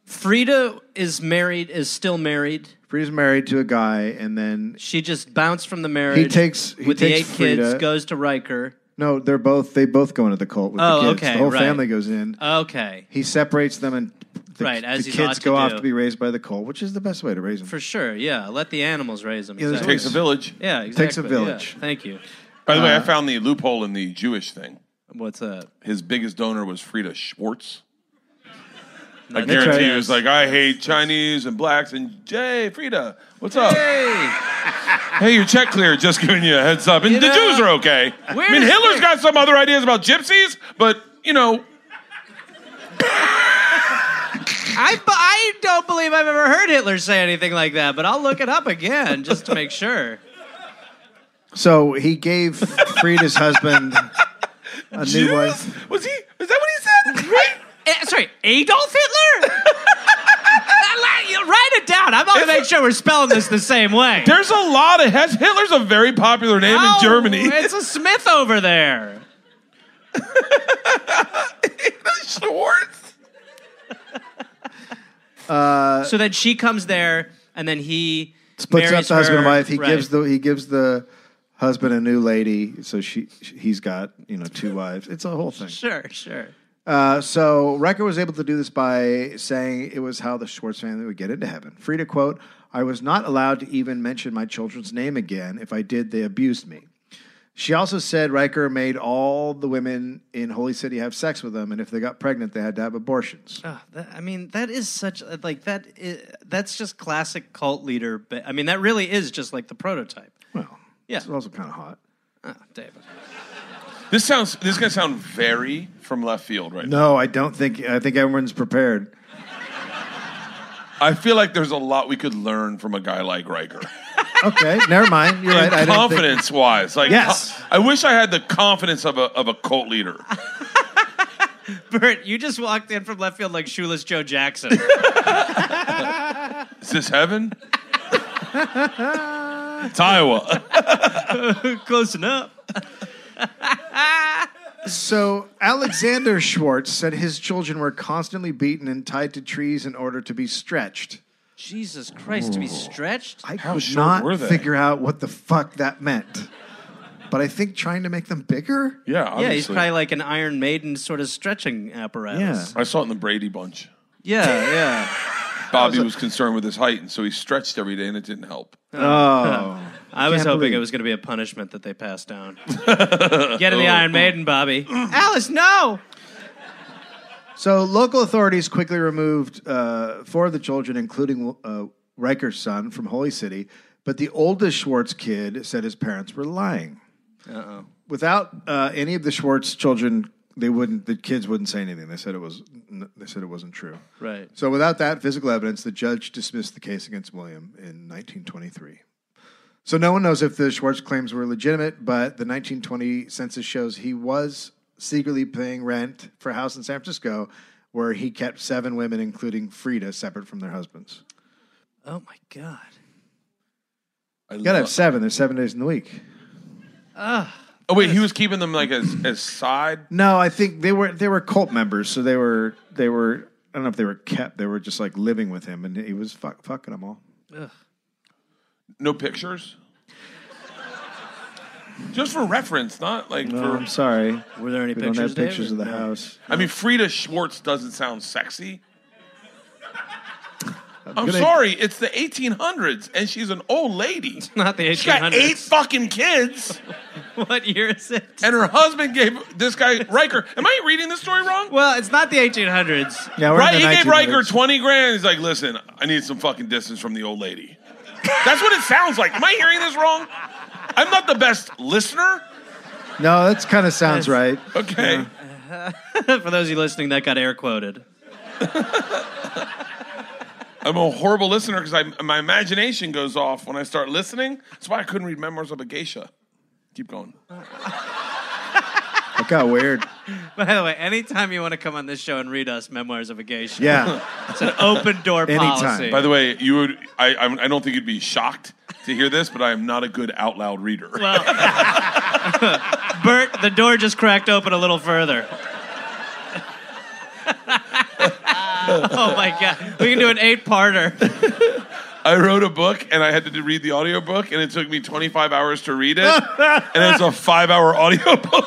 Speaker 2: Frida is married, is still married.
Speaker 1: Frida's married to a guy, and then
Speaker 2: She just bounced from the marriage.
Speaker 1: he takes he
Speaker 2: with the eight
Speaker 1: takes Frida.
Speaker 2: kids, goes to Riker.
Speaker 1: No, they're both they both go into the cult with
Speaker 2: Oh,
Speaker 1: the kids.
Speaker 2: okay,
Speaker 1: the whole
Speaker 2: right.
Speaker 1: family goes in.
Speaker 2: Okay,
Speaker 1: He separates them, and the,
Speaker 2: Right, as
Speaker 1: the
Speaker 2: he's
Speaker 1: kids
Speaker 2: ought to
Speaker 1: go off
Speaker 2: do.
Speaker 1: to be raised by the cult, which is the best way to raise them.
Speaker 2: for sure. Yeah, let the animals raise them.
Speaker 1: Yeah, there's
Speaker 2: exactly.
Speaker 3: Takes a village.
Speaker 2: Yeah, Uh. exactly.
Speaker 1: takes a
Speaker 2: yeah.
Speaker 1: village.
Speaker 2: Thank you.
Speaker 3: By the way, I found the loophole in the Jewish thing.
Speaker 2: What's up?
Speaker 3: His biggest donor was Frida Schwartz.
Speaker 2: That's
Speaker 3: I guarantee
Speaker 1: right.
Speaker 3: he was like, I hate Chinese and blacks and Jay, Frida, what's up?
Speaker 2: Hey,
Speaker 3: Hey, your check clear. Just giving you a heads up. And
Speaker 2: You
Speaker 3: the
Speaker 2: know,
Speaker 3: Jews are okay. I
Speaker 2: where
Speaker 3: mean,
Speaker 2: is-
Speaker 3: Hitler's got some other ideas about gypsies, but you know,
Speaker 2: I, bu- I don't believe I've ever heard Hitler say anything like that, but I'll look it up again just to make sure.
Speaker 1: So he gave Frida's husband a new wife.
Speaker 3: was he? Is that what he said? Right.
Speaker 2: Eh, sorry, Adolf Hitler? Write it down. I'm going to make sure we're spelling this the same way.
Speaker 3: There's a lot of has Hitler's a very popular name
Speaker 2: Oh,
Speaker 3: in Germany.
Speaker 2: It's a Smith over there.
Speaker 3: Schwartz.
Speaker 2: So then she comes there, and then he
Speaker 1: Uh, Splits up
Speaker 2: marries
Speaker 1: the husband and
Speaker 2: her.
Speaker 1: wife. He
Speaker 2: Right.
Speaker 1: gives the he gives the husband a new lady. So she he's got you know two wives. It's a whole thing.
Speaker 2: sure, sure.
Speaker 1: Uh, so Riker was able to do this by saying it was how the Schwartz family would get into heaven. Frida quote, I was not allowed to even mention my children's name again. If I did, they abused me. She also said Riker made all the women in Holy City have sex with them, and if they got pregnant, they had to have abortions.
Speaker 2: Oh, that, I mean, that is such uh, like that. Is, that's just classic cult leader. But I mean, that really is just like the prototype.
Speaker 1: Well,
Speaker 2: Yeah.
Speaker 1: it's also kind of hot.
Speaker 2: Oh, David.
Speaker 3: This sounds. This is gonna sound very from left field, right? now.
Speaker 1: No, I don't think. I think everyone's prepared.
Speaker 3: I feel like there's a lot we could learn from a guy like Riker.
Speaker 1: Okay, never mind. You're right. I didn't think-
Speaker 3: confidence wise, like
Speaker 1: Yes.
Speaker 3: I wish I had the confidence of a of a cult leader.
Speaker 2: Bert, you just walked in from left field like shoeless Joe Jackson.
Speaker 3: Is this heaven? it's Iowa.
Speaker 2: Close enough.
Speaker 1: So Alexander Schwartz said his children were constantly beaten and tied to trees in order to be stretched.
Speaker 2: Jesus Christ, to be stretched.
Speaker 1: I
Speaker 3: How
Speaker 1: could
Speaker 3: short
Speaker 1: not
Speaker 3: were they?
Speaker 1: figure out what the fuck that meant. But I think trying to make them bigger.
Speaker 3: Yeah,
Speaker 2: yeah,
Speaker 3: obviously.
Speaker 2: he's probably like an Iron Maiden sort of stretching apparatus.
Speaker 3: I saw it in the Brady Bunch.
Speaker 2: Yeah, yeah, yeah.
Speaker 3: Bobby was concerned with his height, and so he stretched every day, and it didn't help.
Speaker 1: Oh,
Speaker 2: I was
Speaker 1: Can't
Speaker 2: hoping
Speaker 1: believe.
Speaker 2: it was going to be a punishment that they passed down. Get in the
Speaker 1: Oh.
Speaker 2: Iron Maiden, Bobby. Alice, no.
Speaker 1: so local authorities quickly removed uh, four of the children, including uh, Riker's son, from Holy City. But the oldest Schwartz kid said his parents were lying.
Speaker 2: Uh-oh.
Speaker 1: Without uh, any of the Schwartz children, they wouldn't. The kids wouldn't say anything. They said it was. They said it wasn't true.
Speaker 2: Right.
Speaker 1: So without that physical evidence, the judge dismissed the case against William in 1923. So no one knows if the Schwartz claims were legitimate, but the 1920 census shows he was secretly paying rent for a house in San Francisco where he kept seven women, including Frida, separate from their husbands.
Speaker 2: Oh my God.
Speaker 3: I
Speaker 1: You gotta
Speaker 3: lo-
Speaker 1: have seven. There's seven days in the week.
Speaker 3: oh wait, he was keeping them like as as side.
Speaker 1: No, I think they were they were cult members, so they were they were I don't know if they were kept. They were just like living with him, and he was fuck, fucking them all.
Speaker 3: No pictures. Just for reference, not like
Speaker 1: No,
Speaker 3: for.
Speaker 1: I'm sorry.
Speaker 2: Were there any
Speaker 1: We
Speaker 2: pictures?
Speaker 1: don't have
Speaker 2: Dave?
Speaker 1: pictures of the house.
Speaker 3: I mean, Frida Schwartz doesn't sound sexy. I'm
Speaker 1: Good idea.
Speaker 3: sorry, it's the 1800s, and she's an old lady.
Speaker 2: Not the
Speaker 3: She got
Speaker 2: 1800s.
Speaker 3: eight fucking kids,
Speaker 2: What year is it?
Speaker 3: and her husband gave this guy Riker. Am I reading this story wrong?
Speaker 2: Well, it's not the 1800s.
Speaker 1: Yeah, we're
Speaker 3: Right,
Speaker 1: in
Speaker 3: he
Speaker 1: the
Speaker 3: gave
Speaker 1: 1900s.
Speaker 3: Riker twenty grand. He's like, listen, I need some fucking distance from the old lady. That's what it sounds like. Am I hearing this wrong? I'm not the best listener.
Speaker 1: No, that's kind of sounds
Speaker 2: That's-
Speaker 1: right.
Speaker 3: Okay.
Speaker 2: For those of you listening, that got air quoted.
Speaker 3: I'm a horrible listener because I my imagination goes off when I start listening. That's why I couldn't read Memoirs of a Geisha. Keep going.
Speaker 1: It got weird.
Speaker 2: By the way, anytime you want to come on this show and read us Memoirs of a Gay Show,
Speaker 1: Yeah.
Speaker 2: it's an open door
Speaker 1: Anytime.
Speaker 2: policy.
Speaker 3: By the way, you would. I, I'm- I don't think you'd be shocked to hear this, but I am not a good out loud reader.
Speaker 2: well, Bert, the door just cracked open a little further. oh my god, we can do an eight-parter.
Speaker 3: I wrote a book and I had to do- read the audiobook, and it took me 25 hours to read it, and it's a five-hour audiobook.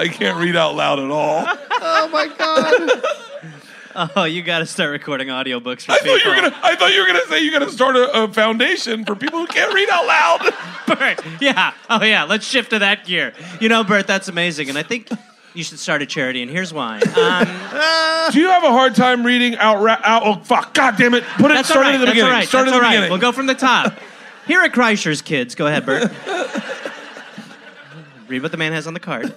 Speaker 3: I can't read out loud at all.
Speaker 1: Oh my god.
Speaker 2: Oh, you got to start recording audiobooks for
Speaker 3: I
Speaker 2: people.
Speaker 3: thought you were gonna. I thought you were gonna say you gotta start a, a foundation for people who can't read out loud.
Speaker 2: Bert. Yeah. Oh, yeah. Let's shift to that gear. You know, Bert, that's amazing. And I think you should start a charity, and here's why. Um,
Speaker 3: Do you have a hard time reading out? Ra- out oh fuck! God damn it! Put it.
Speaker 2: that's
Speaker 3: start
Speaker 2: all right.
Speaker 3: it at the
Speaker 2: that's
Speaker 3: beginning.
Speaker 2: all right.
Speaker 3: Start
Speaker 2: that's
Speaker 3: at the
Speaker 2: all right.
Speaker 3: beginning.
Speaker 2: We'll go from the top. Here at Kreischer's Kids. Go ahead, Bert. Read what the man has on the card.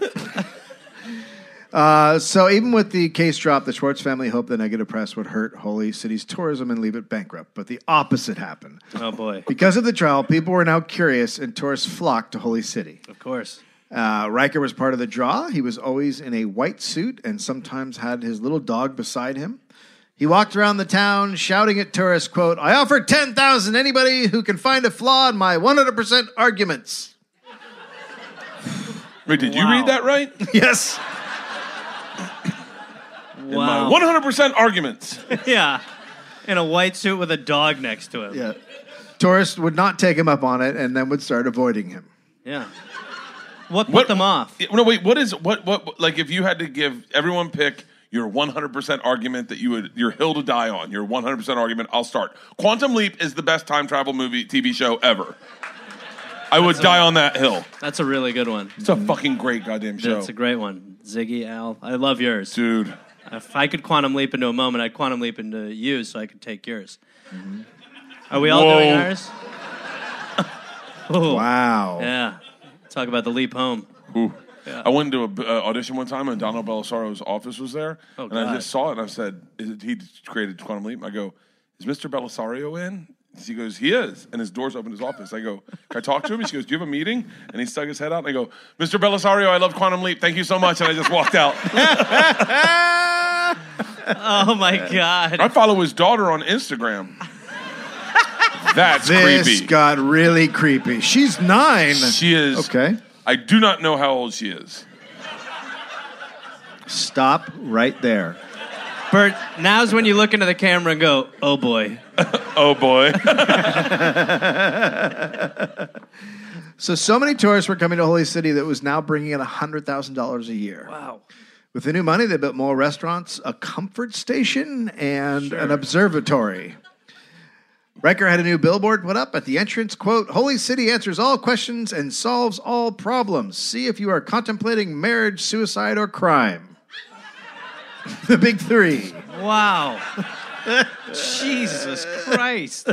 Speaker 1: Uh, so even with the case drop, the Schwartz family hoped the negative press would hurt Holy City's tourism and leave it bankrupt. But the opposite happened.
Speaker 2: Oh, boy.
Speaker 1: Because of the trial, people were now curious, and tourists flocked to Holy City.
Speaker 2: Of course.
Speaker 1: Uh, Riker was part of the draw. He was always in a white suit and sometimes had his little dog beside him. He walked around the town shouting at tourists, quote, I offer 10,000 anybody who can find a flaw in my 100% arguments.
Speaker 3: Wait, did you
Speaker 2: Wow.
Speaker 3: read that right?
Speaker 1: Yes.
Speaker 2: Wow.
Speaker 3: One hundred percent arguments.
Speaker 2: Yeah. In a white suit with a dog next to him.
Speaker 1: Yeah. Tourists would not take him up on it and then would start avoiding him.
Speaker 2: Yeah. What put
Speaker 3: What-
Speaker 2: them off?
Speaker 3: Yeah, No, wait. What is what what like if you had to give everyone pick your 100% argument that you would your hill to die on your 100% argument i'll start quantum leap is the best time travel movie tv show ever i would die on that hill
Speaker 2: That's a really good one.
Speaker 3: it's a fucking great goddamn show
Speaker 2: That's a great one. Ziggy, Al, I love yours.
Speaker 3: dude
Speaker 2: If I could quantum leap into a moment, I'd quantum leap into you so I could take yours. Are we all
Speaker 3: Whoa.
Speaker 2: doing ours? Ooh,
Speaker 1: Wow.
Speaker 2: Yeah. Talk about the leap home.
Speaker 3: Ooh. I went to a uh, audition one time, and Donald Belisaro's office was there,
Speaker 2: Oh,
Speaker 3: and I
Speaker 2: God.
Speaker 3: just saw it, and I said, is it, "He created Quantum Leap." I go, "Is Mr. Belisario in?" He goes, "He is," and his doors open to his office. I go, "Can I talk to him?" And she goes, "Do you have a meeting?" And he stuck his head out, and I go, "Mr. Belisario, I love Quantum Leap. Thank you so much." And I just walked out.
Speaker 1: Ah,
Speaker 2: Oh my God.
Speaker 3: I follow his daughter on Instagram. That's
Speaker 1: This
Speaker 3: creepy.
Speaker 1: got really creepy. She's nine.
Speaker 3: She is
Speaker 1: Okay.
Speaker 3: I do not know how old she is.
Speaker 1: Stop right there.
Speaker 2: Bert, now's when you look into the camera and go, oh boy.
Speaker 3: Oh boy.
Speaker 1: So, so many tourists were coming to Holy City that was now bringing in $100,000 a year.
Speaker 2: Wow.
Speaker 1: With the new money, they built more restaurants, a comfort station, and an observatory. Riker had a new billboard put up at the entrance, quote, Holy City answers all questions and solves all problems. See if you are contemplating marriage, suicide, or crime. the big three.
Speaker 2: Wow. Jesus Christ.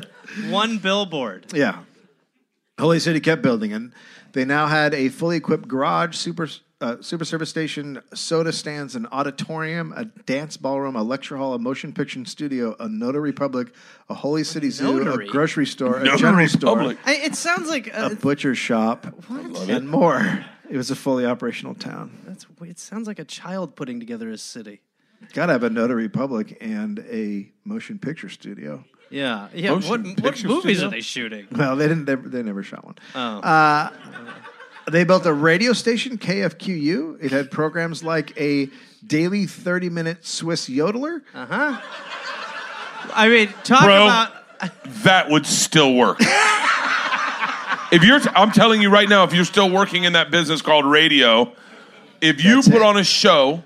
Speaker 2: One billboard.
Speaker 1: Yeah. Holy City kept building, and they now had a fully equipped garage, super uh, super service station, soda stands, an auditorium, a dance ballroom, a lecture hall, a motion picture studio, a notary public, a Holy City zoo,
Speaker 2: notary?
Speaker 1: a grocery store, a
Speaker 3: Notary
Speaker 1: general store,
Speaker 3: public.
Speaker 2: I, it sounds like
Speaker 1: a
Speaker 2: uh,
Speaker 1: butcher shop, and more. It was a fully operational town.
Speaker 2: that's, it sounds like a child putting together a city.
Speaker 1: Gotta have a notary public and a motion picture studio.
Speaker 2: Yeah, yeah.
Speaker 3: Motion
Speaker 2: What, what
Speaker 3: picture
Speaker 2: movies
Speaker 3: studio?
Speaker 2: are they shooting?
Speaker 1: Well, they didn't. They, they never shot one. Uh,
Speaker 2: Oh.
Speaker 1: They built a radio station, KFQU. It had programs like a daily 30 minute Swiss yodeler.
Speaker 2: Uh-huh. I mean, talk
Speaker 3: Bro.
Speaker 2: about
Speaker 3: that would still work. if you're, t- I'm telling you right now, if you're still working in that business called radio, if you
Speaker 1: That's
Speaker 3: put
Speaker 1: it.
Speaker 3: on a show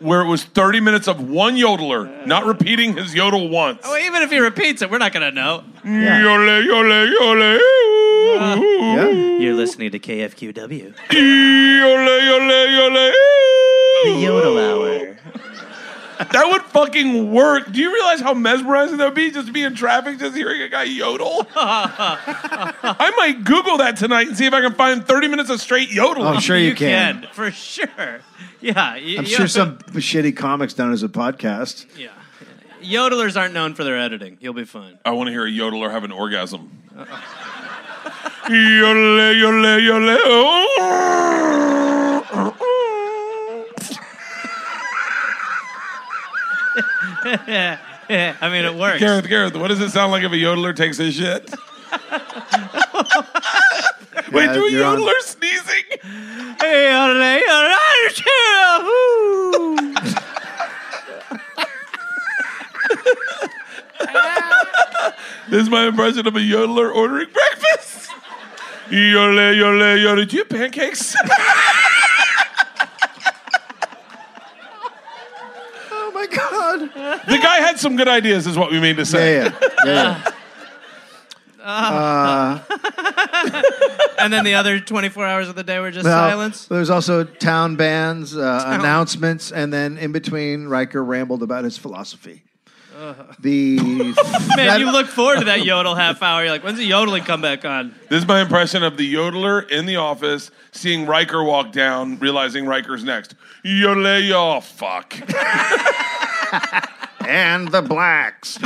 Speaker 3: where it was 30 minutes of one yodeler not repeating his yodel once,
Speaker 2: well, even if he repeats it, we're not gonna know.
Speaker 3: yodel, yodel, yodel, ooh,
Speaker 1: Uh, Yeah.
Speaker 2: You're listening to KFQW,
Speaker 3: yodel, yodel, yodel, ooh.
Speaker 2: Hour.
Speaker 3: That would fucking work. Do you realize how mesmerizing that would be just to be in traffic, just hearing a guy yodel? I might Google that tonight and see if I can find 30 minutes of straight yodeling.
Speaker 1: I'm Oh, sure you, can.
Speaker 2: can. for sure. Yeah, y-
Speaker 1: I'm
Speaker 2: yo-
Speaker 1: sure some shitty comics done as a podcast.
Speaker 2: Yeah. Yodelers aren't known for their editing. You'll be fine.
Speaker 3: I want to hear a yodeler have an orgasm. Yole, yole, yole.
Speaker 2: I mean, it works.
Speaker 3: Gareth, Gareth, what does it sound like if a yodeler takes a shit? Wait, do a
Speaker 1: you're on.
Speaker 3: yodeler sneezing?
Speaker 2: Hey, ole, ole, cheer, woo.
Speaker 3: This is my impression of a yodeler ordering breakfast. Yole, yole, yole. Do you have pancakes?
Speaker 1: Oh my god.
Speaker 3: the guy had some good ideas, is what we mean to say.
Speaker 1: Yeah, yeah, yeah.
Speaker 2: and then the other 24 hours of the day were just
Speaker 1: Now,
Speaker 2: silence.
Speaker 1: There's also town bands, uh, announcements, and then in between, Riker rambled about his philosophy. The
Speaker 2: Uh-huh. Man,
Speaker 1: that-
Speaker 2: you look forward to that yodel half hour. You're like, when's the yodeling come back on?
Speaker 3: This is my impression of the yodeler in the office seeing Riker walk down, realizing Riker's next. Yole, y'all, fuck.
Speaker 1: Uh, and the blacks.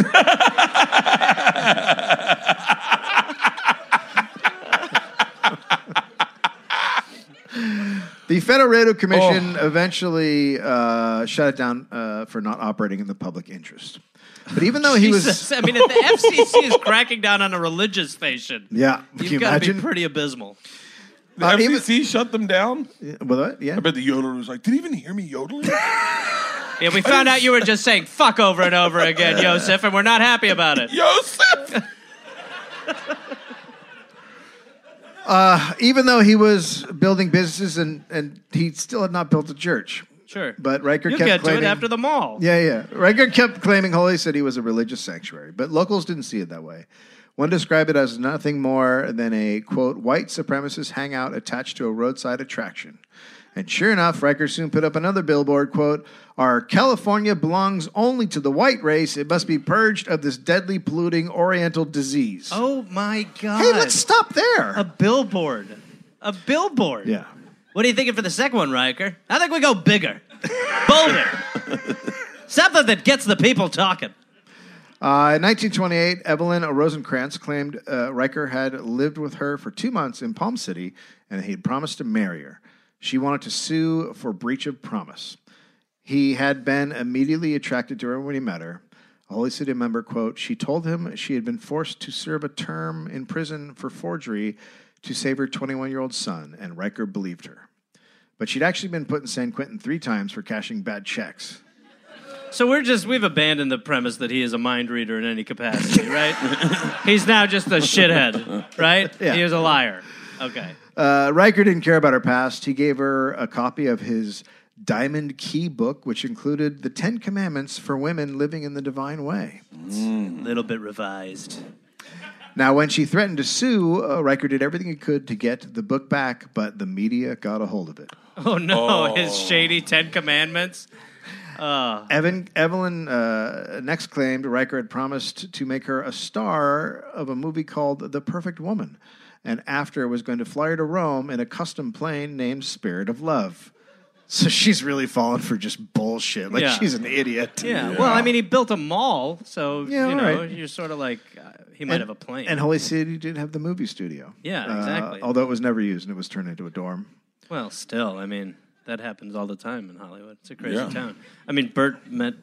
Speaker 1: the Federated Commission
Speaker 2: Oh.
Speaker 1: eventually uh, shut it down uh, for not operating in the public interest. But even though he
Speaker 2: Jesus.
Speaker 1: was,
Speaker 2: I mean, if the FCC is cracking down on a religious station,
Speaker 1: yeah, can you
Speaker 2: you've got to
Speaker 1: imagine?
Speaker 2: be pretty abysmal.
Speaker 3: The
Speaker 1: Uh, he was-
Speaker 3: FCC shut them down.
Speaker 1: Well, that- yeah,
Speaker 3: I bet the yodeler was like, did he even hear me yodeling?
Speaker 2: Yeah, we found out you were just saying fuck over and over again, Joseph, and we're not happy about it.
Speaker 3: Yosef!
Speaker 1: even though he was building businesses and and he still had not built a church.
Speaker 2: Sure.
Speaker 1: But Riker
Speaker 2: You'll
Speaker 1: kept
Speaker 2: get
Speaker 1: claiming
Speaker 2: to it after the mall.
Speaker 1: Yeah, yeah. Riker kept claiming Holy City was a religious sanctuary, but locals didn't see it that way. One described it as nothing more than a, quote, white supremacist hangout attached to a roadside attraction. And sure enough, Riker soon put up another billboard, quote, Our California belongs only to the white race. It must be purged of this deadly, polluting oriental disease.
Speaker 2: Oh my God.
Speaker 1: hey, let's stop
Speaker 2: a
Speaker 1: there.
Speaker 2: billboard. A billboard.
Speaker 1: Yeah.
Speaker 2: What are you thinking for the second one, Riker? I think we go bigger, bolder, something that gets the people talking.
Speaker 1: Uh, in 1928, Evelyn Rosencrantz claimed uh, Riker had lived with her for two months in Palm City and he had promised to marry her. She wanted to sue for breach of promise. He had been immediately attracted to her when he met her. A Holy City member, quote, she told him she had been forced to serve a term in prison for forgery to save her 21 year old son, and Riker believed her. But she'd actually been put in San Quentin three times for cashing bad checks.
Speaker 2: So we're just we've abandoned the premise that he is a mind reader in any capacity, right? He's now just a shithead, right?
Speaker 1: Yeah.
Speaker 2: He is a liar. Okay.
Speaker 1: Uh, Riker didn't care about her past. He gave her a copy of his Diamond Key book, which included the Ten Commandments for women living in the divine way.
Speaker 2: A little bit revised.
Speaker 1: Now, when she threatened to sue, uh, Riker did everything he could to get the book back, but the media got a hold of it.
Speaker 2: Oh no, his shady Ten Commandments.
Speaker 1: Evan, Evelyn uh, next claimed Riker had promised to make her a star of a movie called The Perfect Woman, and after was going to fly her to Rome in a custom plane named Spirit of Love. So she's really falling for just bullshit. Like
Speaker 2: Yeah.
Speaker 1: she's an idiot.
Speaker 2: Yeah. Well, I mean, he built a mall, so
Speaker 1: Yeah,
Speaker 2: you know,
Speaker 1: alright.
Speaker 2: you're sort of like uh, he might have a plane.
Speaker 1: And Holy City did have the movie studio.
Speaker 2: Yeah,
Speaker 1: Uh,
Speaker 2: exactly.
Speaker 1: although it was never used and it was turned into a dorm.
Speaker 2: Well, still, I mean, that happens all the time in Hollywood. It's a crazy
Speaker 3: Yeah.
Speaker 2: town. I mean, Bert met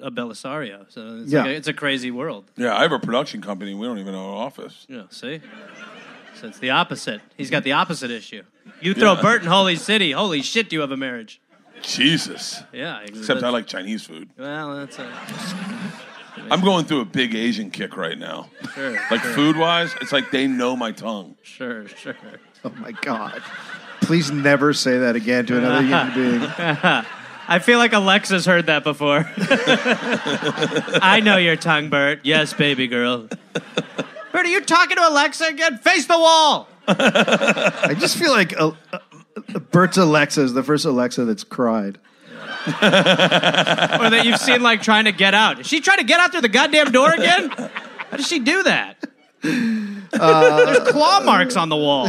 Speaker 2: a Belisario, so it's,
Speaker 1: Yeah.
Speaker 2: like a, it's a crazy world.
Speaker 3: Yeah, I have a production company. We don't even have an office.
Speaker 2: You know, see? So it's the opposite. He's got the opposite issue. You throw Bert in Holy City, holy shit, do you have a marriage?
Speaker 3: Jesus.
Speaker 2: Yeah. ex-
Speaker 3: Except I
Speaker 2: that's-
Speaker 3: like Chinese food.
Speaker 2: Well, that's a,
Speaker 3: I'm going through a big Asian kick right now.
Speaker 2: sure.
Speaker 3: Like food wise, it's like they know my tongue.
Speaker 2: Sure, sure.
Speaker 1: Oh my God. Please never say that again to another human being.
Speaker 2: I feel like Alexa's heard that before. I know your tongue, Bert. Yes, baby girl. Bert, are you talking to Alexa again? Face the wall.
Speaker 1: I just feel like uh, uh, Bert's Alexa is the first Alexa that's cried.
Speaker 2: or that you've seen like trying to get out. Is she trying to get out through the goddamn door again? How does she do that? There's claw marks on the wall.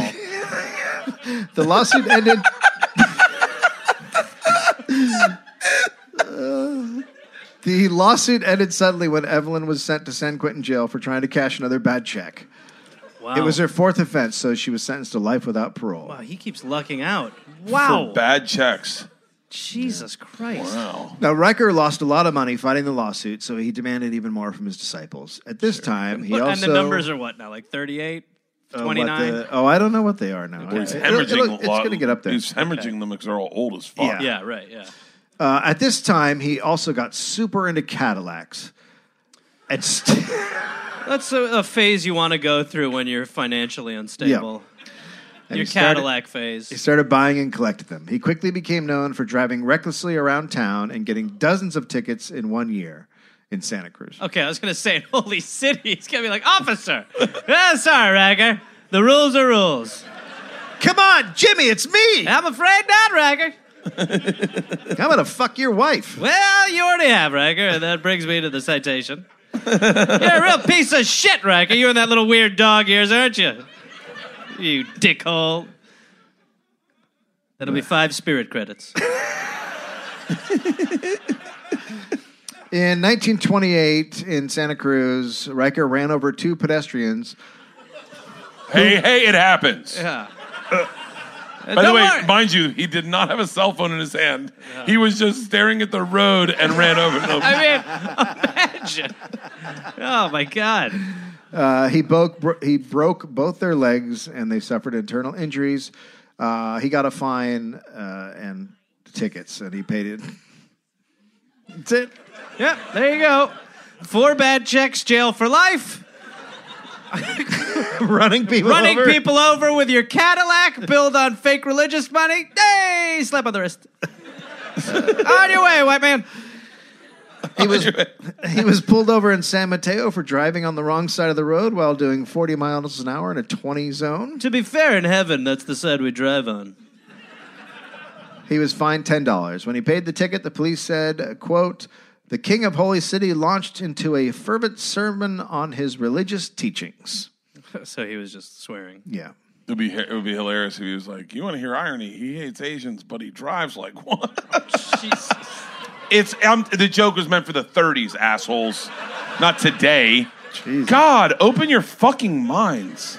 Speaker 1: The lawsuit ended. Uh, The lawsuit ended suddenly when Evelyn was sent to San Quentin jail for trying to cash another bad check.
Speaker 2: Wow.
Speaker 1: It was her fourth offense, so she was sentenced to life without parole.
Speaker 2: Wow, Oh, he keeps lucking out.
Speaker 3: for
Speaker 2: Wow.
Speaker 3: bad checks.
Speaker 2: Jesus Christ.
Speaker 3: Wow.
Speaker 1: Now, Riker lost a lot of money fighting the lawsuit, so he demanded even more from his disciples. At this time, he
Speaker 2: What-
Speaker 1: also
Speaker 2: and the numbers are what now? Like 38,
Speaker 1: uh, what
Speaker 2: 29?
Speaker 1: the- oh, I don't know what they are now.
Speaker 3: He's
Speaker 1: It'll-
Speaker 3: hemorrhaging
Speaker 1: it'll-
Speaker 3: a
Speaker 1: it's
Speaker 3: lot.
Speaker 1: going to get up there.
Speaker 3: He's hemorrhaging them because they're all old as fuck.
Speaker 1: Yeah.
Speaker 2: yeah, right, yeah.
Speaker 1: Uh, at this time, he also got super into Cadillacs. And st-
Speaker 2: That's a, a phase you want to go through when you're financially unstable.
Speaker 1: and he
Speaker 2: Your
Speaker 1: started-
Speaker 2: Cadillac
Speaker 1: He
Speaker 2: phase.
Speaker 1: started buying and collecting them. He quickly became known for driving recklessly around town and getting dozens of tickets in one year in Santa Cruz.
Speaker 2: Okay, I was going to say, in Holy City, he's going to be like, Officer, yeah, sorry, Ragger. The rules are rules.
Speaker 1: Come on, Jimmy, it's me.
Speaker 2: I'm afraid not, Ragger.
Speaker 1: I'm going to fuck your wife.
Speaker 2: Well, you already have, Riker, and that brings me to the citation. You're a real piece of shit, Riker. You and that little weird dog ears, aren't you? You dickhole. That'll be five spirit credits.
Speaker 1: In 1928, in Santa Cruz, Riker ran over two pedestrians.
Speaker 3: Hey, hey, it happens.
Speaker 2: Yeah.
Speaker 3: By the
Speaker 2: Don't
Speaker 3: way,
Speaker 2: worry.
Speaker 3: mind you, he did not have a cell phone in his hand. He was just staring at the road and ran over. No,
Speaker 2: I mean, imagine. Oh my god.
Speaker 1: Uh, he, broke, bro- he broke both their legs and they suffered internal injuries. Uh, he got a fine uh, and tickets, and he paid it. That's it.
Speaker 2: Yep, there you go. Four bad checks, jail for life.
Speaker 1: Running people
Speaker 2: Running
Speaker 1: over.
Speaker 2: people over with your Cadillac, build on fake religious money. Hey, slap on the wrist. on your way, white man.
Speaker 1: He was he was pulled over in San Mateo for driving on the wrong side of the road while doing 40 miles an hour in a 20 zone.
Speaker 2: To be fair, in heaven, that's the side we drive on.
Speaker 1: He was fined $10. When he paid the ticket, the police said, quote, "The king of holy city launched into a fervent sermon on his religious teachings."
Speaker 2: So he was just swearing.
Speaker 1: Yeah.
Speaker 3: it would be it would be hilarious if he was like, "You want to hear irony? He hates Asians, but he drives like one." it's um, the joke was meant for the '30s, assholes, not today.
Speaker 1: Jesus.
Speaker 3: God, open your fucking minds.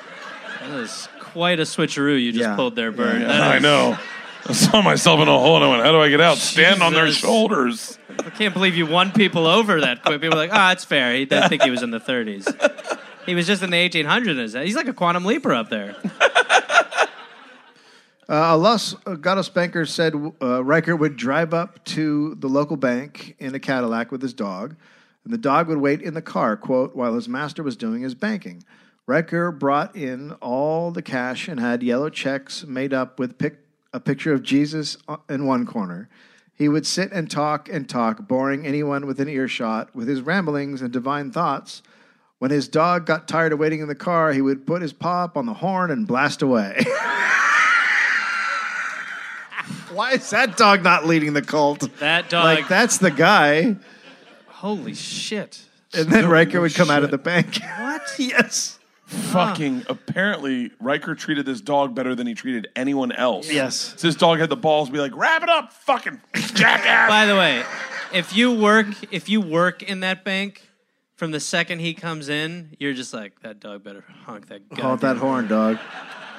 Speaker 2: That is quite a switcheroo you just
Speaker 1: Yeah.
Speaker 2: pulled there, Bird.
Speaker 1: Yeah,
Speaker 2: That
Speaker 3: I
Speaker 2: is-
Speaker 3: know. I saw myself in a hole and I went, "How do I get out? Stand on their
Speaker 2: Jesus.
Speaker 3: shoulders."
Speaker 2: I can't believe you won people over that quick. People were like, oh, that's fair. He didn't think he was in the 30s. He was just in the 1800s. He's like a quantum leaper up there.
Speaker 1: Uh, Alas Gatos Banker said uh, Riker would drive up to the local bank in a Cadillac with his dog, and the dog would wait in the car, quote, while his master was doing his banking. Riker brought in all the cash and had yellow checks made up with pic- a picture of Jesus o- in one corner. He would sit and talk and talk, boring anyone within earshot with his ramblings and divine thoughts. When his dog got tired of waiting in the car, he would put his paw up on the horn and blast away. Why is that dog not leading the cult?
Speaker 2: That dog.
Speaker 1: Like that's the guy.
Speaker 2: Holy shit.
Speaker 1: And then Riker would come out of the bank.
Speaker 2: What?
Speaker 1: yes.
Speaker 3: Fucking apparently, Riker treated this dog better than he treated anyone else.
Speaker 1: Yes.
Speaker 3: So this dog had the balls to be like, wrap it up, fucking jackass.
Speaker 2: By the way, if you work if you work in that bank, from the second he comes in, you're just like, that dog better honk that gun.
Speaker 1: Honk that horn, dog.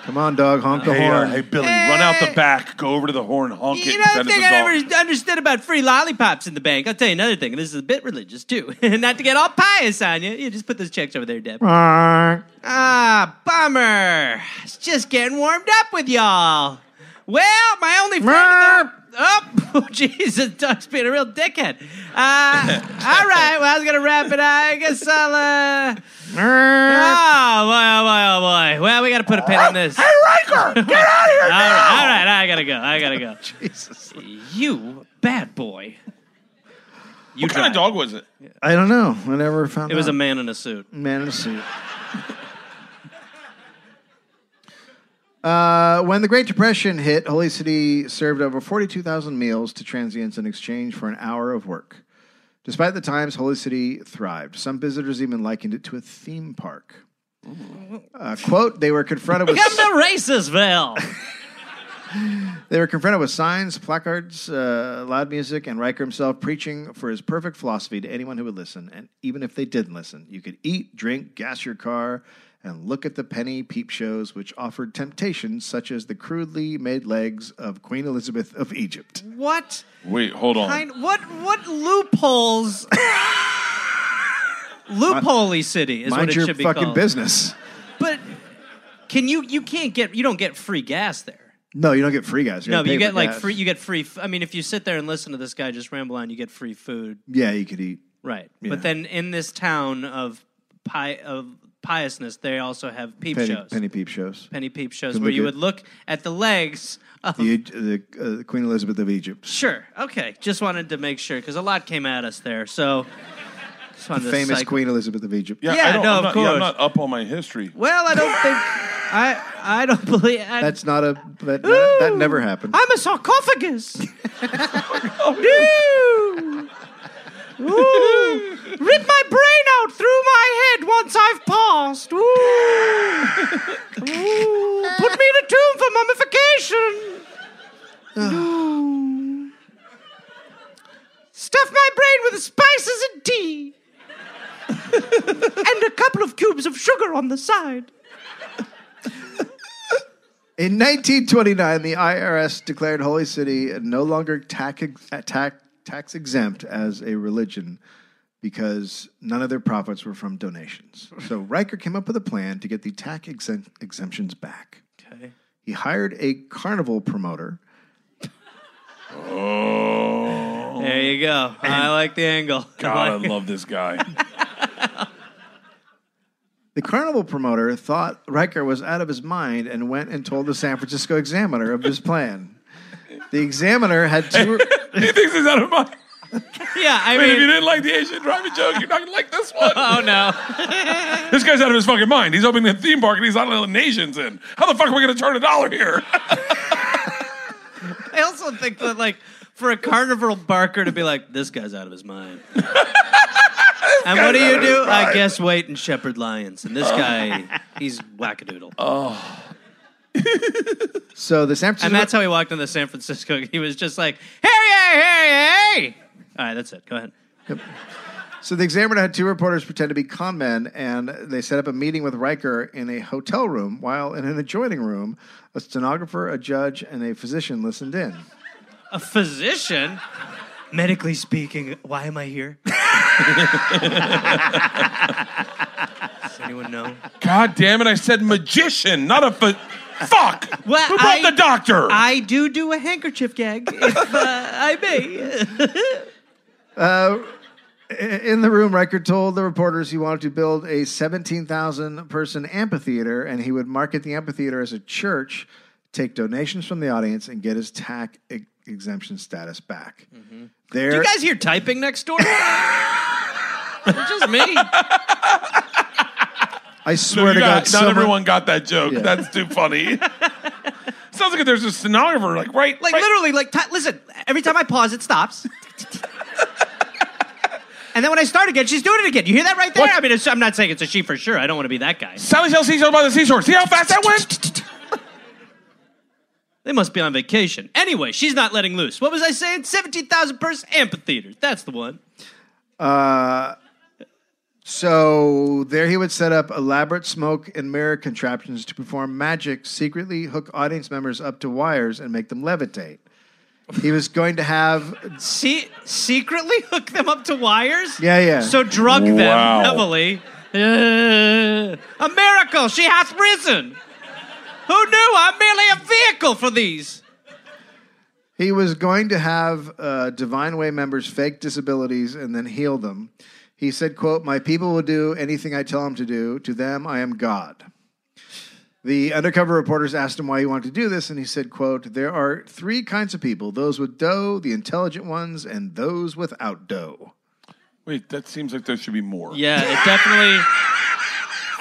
Speaker 1: Come on, dog, honk the
Speaker 3: Hey, uh,
Speaker 1: horn.
Speaker 3: hey Billy, run out the back, go over to the horn, honk it,
Speaker 2: You
Speaker 3: and
Speaker 2: know, the
Speaker 3: send it to
Speaker 2: thing
Speaker 3: the
Speaker 2: I
Speaker 3: dog.
Speaker 2: never understood about free lollipops in the bank. I'll tell you another thing. and This is a bit religious too. Not to get all pious on you. You just put those checks over there, Deb. Ah, bummer. It's just getting warmed up with y'all. Well, my only friend. in the- Oh, Jesus, Doug's being a real dickhead. Uh, all right, well, I was going to wrap it up. I guess I'll. Uh... Oh, boy, oh, boy, oh, boy. Well, we got to put a pin on this. Hey, Riker, get out of here. all, right, all right, I got to go. I got to go.
Speaker 1: Jesus.
Speaker 2: You bad boy. You
Speaker 3: What kind of
Speaker 2: drive.
Speaker 3: dog was it?
Speaker 1: I don't know. I never found
Speaker 2: It was
Speaker 1: out.
Speaker 2: a man in a suit.
Speaker 1: Man in a suit. Uh, when the Great Depression hit, Holy City served over 42,000 meals to transients in exchange for an hour of work. Despite the times, Holy City thrived. Some visitors even likened it to a theme park. Uh, quote: They were confronted with
Speaker 2: Come to Racisville.
Speaker 1: they were confronted with signs, placards, uh, loud music, and Riker himself preaching for his perfect philosophy to anyone who would listen. And even if they didn't listen, you could eat, drink, gas your car, and look at the penny peep shows, which offered temptations such as the crudely made legs of Queen Elizabeth of Egypt.
Speaker 2: What
Speaker 3: Wait, hold on.
Speaker 2: kind? What what loopholes? Loopholey city is
Speaker 1: Mind
Speaker 2: what it
Speaker 1: your
Speaker 2: should be
Speaker 1: fucking
Speaker 2: called.
Speaker 1: business.
Speaker 2: But can you? You can't get. You don't get free gas there.
Speaker 1: No, you don't get free guys.
Speaker 2: No,
Speaker 1: gotta
Speaker 2: but you
Speaker 1: pay for
Speaker 2: get like
Speaker 1: gas.
Speaker 2: free. You get free. f- I mean, if you sit there and listen to this guy just ramble on, you get free food,
Speaker 1: Yeah, you could eat.
Speaker 2: right?
Speaker 1: Yeah.
Speaker 2: But then in this town of pi of piousness, they also have peep
Speaker 1: Penny,
Speaker 2: shows,
Speaker 1: penny peep shows.
Speaker 2: penny peep shows,
Speaker 1: Could
Speaker 2: where
Speaker 1: look
Speaker 2: you
Speaker 1: at-
Speaker 2: would look at the legs of
Speaker 1: The, the uh, Queen Elizabeth of Egypt,
Speaker 2: Sure. Okay. Just wanted to make sure because a lot came at us there. So, just wanted to
Speaker 1: famous
Speaker 2: psych-
Speaker 1: Queen Elizabeth of Egypt.
Speaker 3: yeah,
Speaker 2: Yeah,
Speaker 3: I don't,
Speaker 2: no,
Speaker 3: I'm
Speaker 2: of
Speaker 3: not, yeah, I'm
Speaker 2: course.
Speaker 3: not up on my history.
Speaker 2: Well, I don't think I. I don't believe I,
Speaker 1: That's not a that that, that
Speaker 2: Ooh.
Speaker 1: never happened.
Speaker 2: I'm a sarcophagus. Ooh. Ooh. Rip my brain out through my head once I've passed. Ooh. Ooh. Put me in a tomb for mummification. Ooh. Stuff my brain with spices and tea. and a couple of cubes of sugar on the side.
Speaker 1: In 1929, the IRS declared Holy City no longer tax, tax, tax exempt as a religion because none of their profits were from donations. So Riker came up with a plan to get the tax exemp- exemptions back.
Speaker 2: Okay.
Speaker 1: He hired a carnival promoter
Speaker 3: Oh,
Speaker 2: There you go. I like the angle.
Speaker 3: God, I love this guy.
Speaker 1: The carnival promoter thought Riker was out of his mind and went and told the San Francisco Examiner of this plan. The Examiner had two.
Speaker 3: he thinks he's out of mind.
Speaker 2: Yeah, I
Speaker 3: If you
Speaker 2: mean,
Speaker 3: didn't like the Asian driving joke, you're not gonna like this one.
Speaker 2: oh no.
Speaker 3: This guy's out of his fucking mind. He's opening a theme park and he's not letting Asians in. How the fuck are we gonna turn a dollar here?
Speaker 2: I also think that like for a carnival barker to be like, this guy's out of his mind. and what do you do? I guess wait and shepherd lions. And this guy, he's wackadoodle.
Speaker 1: So the San Francisco.
Speaker 2: and that's how he walked into San Francisco. He was just like, hey, hey, hey, hey. All right, that's it. Go ahead.
Speaker 1: So the Examiner had two reporters pretend to be con men, and they set up a meeting with Riker in a hotel room, while in an adjoining room, a stenographer, a judge, and a physician listened in.
Speaker 2: A physician? Medically speaking, why am I here? Does anyone know?
Speaker 3: God damn it! I said magician, not a fa- fuck.
Speaker 2: Well,
Speaker 3: Who brought
Speaker 2: I-
Speaker 3: the doctor?
Speaker 2: I do do a handkerchief gag, if uh, I may.
Speaker 1: In the room, Riker told the reporters he wanted to build a 17,000 person amphitheater and he would market the amphitheater as a church, take donations from the audience, and get his tax e- exemption status back.
Speaker 3: Mm-hmm.
Speaker 1: There,
Speaker 2: You guys hear typing next door? it's just me.
Speaker 1: I
Speaker 3: No,
Speaker 1: swear
Speaker 3: you
Speaker 1: to
Speaker 3: got-
Speaker 1: God,
Speaker 3: not
Speaker 1: someone-
Speaker 3: everyone got that joke.
Speaker 1: Yeah.
Speaker 3: That's too funny. Sounds like there's a stenographer, like right,
Speaker 2: Like
Speaker 3: right-
Speaker 2: literally, like ty- listen. Every time I pause, it stops. and then when I start again, she's doing it again. You hear that right there?
Speaker 3: What?
Speaker 2: I mean, it's, I'm not saying it's a she for sure. I don't want to be that guy.
Speaker 3: Sally shall seashell by the seashore. See how fast that went?
Speaker 2: They must be on vacation. Anyway, she's not letting loose. What was I saying? Seventeen thousand person amphitheater. That's the one.
Speaker 1: So there he would set up elaborate smoke and mirror contraptions to perform magic, secretly hook audience members up to wires and make them levitate. He was going to have
Speaker 2: See, secretly hook them up to wires.
Speaker 1: Yeah, yeah.
Speaker 2: So drug
Speaker 3: Wow.
Speaker 2: them heavily. Uh, a miracle! She hath risen. Who knew? I'm merely a vehicle for these.
Speaker 1: he was going to have uh, Divine Way members fake disabilities and then heal them. He said, "quote My people will do anything I tell them to do. To them, I am God." The undercover reporters asked him why he wanted to do this, and he said, quote, There are three kinds of people those with dough, the intelligent ones, and those without dough.
Speaker 3: Wait, that seems like there should be more.
Speaker 2: Yeah, it definitely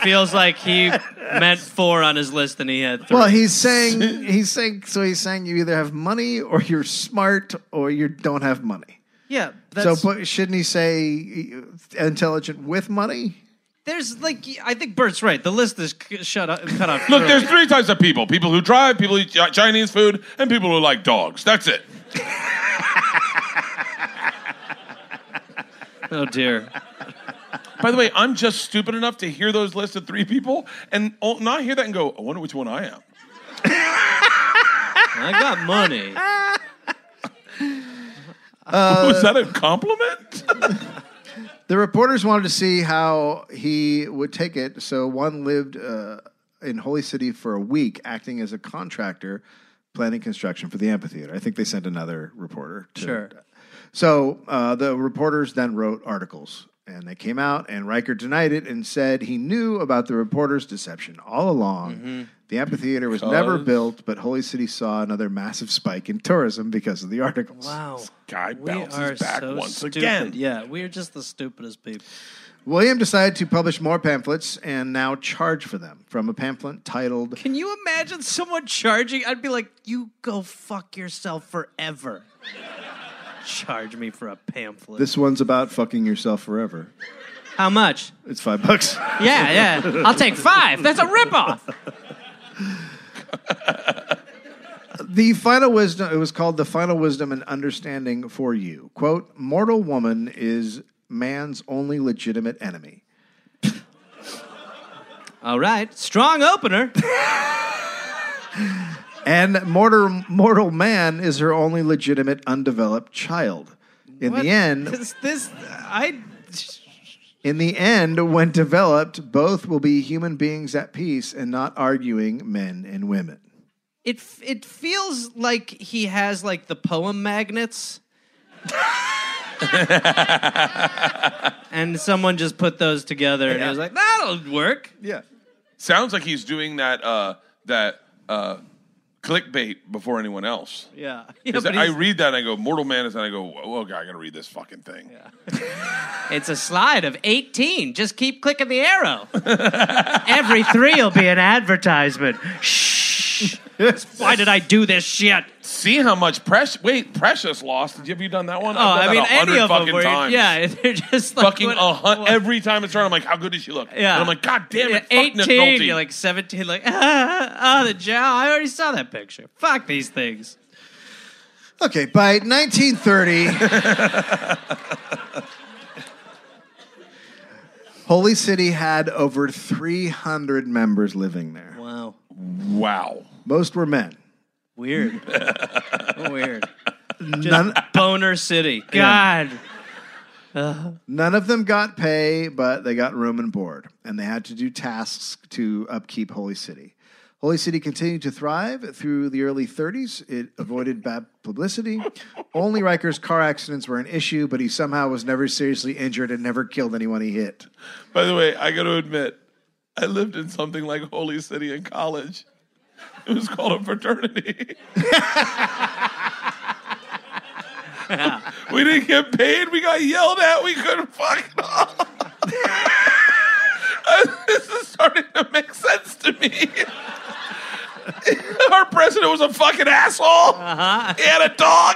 Speaker 2: feels like he meant four on his list and he had three.
Speaker 1: Well, he's saying he's saying so he's saying you either have money or you're smart or you don't have money.
Speaker 2: yeah, that's,
Speaker 1: so but shouldn't he say uh, intelligent with money?
Speaker 2: there's like I think Bert's right. The list is c- shut up, cut off.
Speaker 3: Look,
Speaker 2: early.
Speaker 3: there's three types of people: people who drive, people who eat Chi- Chinese food, and people who like dogs. That's it.
Speaker 2: oh dear.
Speaker 3: By the way, I'm just stupid enough to hear those lists of three people and all- not hear that and go, I wonder which one I am.
Speaker 2: I got money.
Speaker 3: Was that a compliment?
Speaker 1: The reporters wanted to see how he would take it, so one lived uh, in Holy City for a week, acting as a contractor, planning construction for the amphitheater. I think they sent another reporter. To,
Speaker 2: Sure.
Speaker 1: So uh, the reporters then wrote articles, and they came out, and Riker denied it and said he knew about the reporters' deception all along.
Speaker 2: Mm-hmm.
Speaker 1: The amphitheater was never
Speaker 3: Because-
Speaker 1: built, but Holy City saw another massive spike in tourism because of the articles.
Speaker 2: Wow.
Speaker 3: Guy
Speaker 2: We are
Speaker 3: bounces back
Speaker 2: so
Speaker 3: once
Speaker 2: stupid.
Speaker 3: again.
Speaker 2: Yeah, we are just the stupidest people.
Speaker 1: William decided to publish more pamphlets and now charge for them from a pamphlet titled
Speaker 2: Can you imagine someone charging? I'd be like, you go fuck yourself forever. Charge me for a pamphlet.
Speaker 1: This One's About Fucking Yourself Forever.
Speaker 2: How much?
Speaker 1: It's five bucks.
Speaker 2: Yeah, yeah. I'll take five. That's a ripoff.
Speaker 1: the final wisdom, it was called The Final Wisdom and Understanding for You. Quote Mortal woman is man's only legitimate enemy.
Speaker 2: All right. Strong opener.
Speaker 1: And mortal, mortal man is her only legitimate undeveloped child. In
Speaker 2: What
Speaker 1: the end,
Speaker 2: is this? I.
Speaker 1: In the end, when developed, both will be human beings at peace and not arguing men and women.
Speaker 2: It it feels like he has like the poem magnets. and someone just put those together and it was like, that'll work.
Speaker 1: Yeah.
Speaker 3: Sounds like he's doing that uh, that uh, clickbait before anyone else.
Speaker 2: Yeah. yeah
Speaker 3: 'Cause
Speaker 2: but
Speaker 3: I
Speaker 2: he's-
Speaker 3: read that and I go, Mortal Man is, and I go, "Whoa, okay, I gotta read this fucking thing.
Speaker 2: It's a slide of 18. Just keep clicking the arrow. Every three will be an advertisement. Shh. Why did I do this shit?
Speaker 3: See how much press? Wait, Precious lost. Have you done that one?
Speaker 2: Oh, I mean, any of them.
Speaker 3: fucking
Speaker 2: Were,
Speaker 3: times.
Speaker 2: yeah, they're just like
Speaker 3: fucking
Speaker 2: what-
Speaker 3: a hun-
Speaker 2: what-
Speaker 3: every time it's on, I'm like, how good does she look?
Speaker 2: Yeah.
Speaker 3: And I'm like, God damn
Speaker 2: Yeah,
Speaker 3: it, fuck Nick
Speaker 2: 18.
Speaker 3: Nolte.
Speaker 2: You're like 17. Like, ah, oh, the jaw. I already saw that picture. Fuck these things.
Speaker 1: Okay, by 1930, Holy City had over 300 members living there.
Speaker 2: Wow.
Speaker 3: wow.
Speaker 1: Most were men.
Speaker 2: Weird. Weird.
Speaker 1: None,
Speaker 2: Boner City. God.
Speaker 1: none of them got pay, but they got room and board, and they had to do tasks to upkeep Holy City. Holy City continued to thrive through the early 30s. It avoided bad publicity. Only Riker's car accidents were an issue, but he somehow was never seriously injured and never killed anyone he hit.
Speaker 3: By the way, I got to admit, I lived in something like Holy City in college. It was called a fraternity. we didn't get paid. We got yelled at. We couldn't fuck it all. this is starting to make sense to me. Our president was a fucking asshole. He had a dog.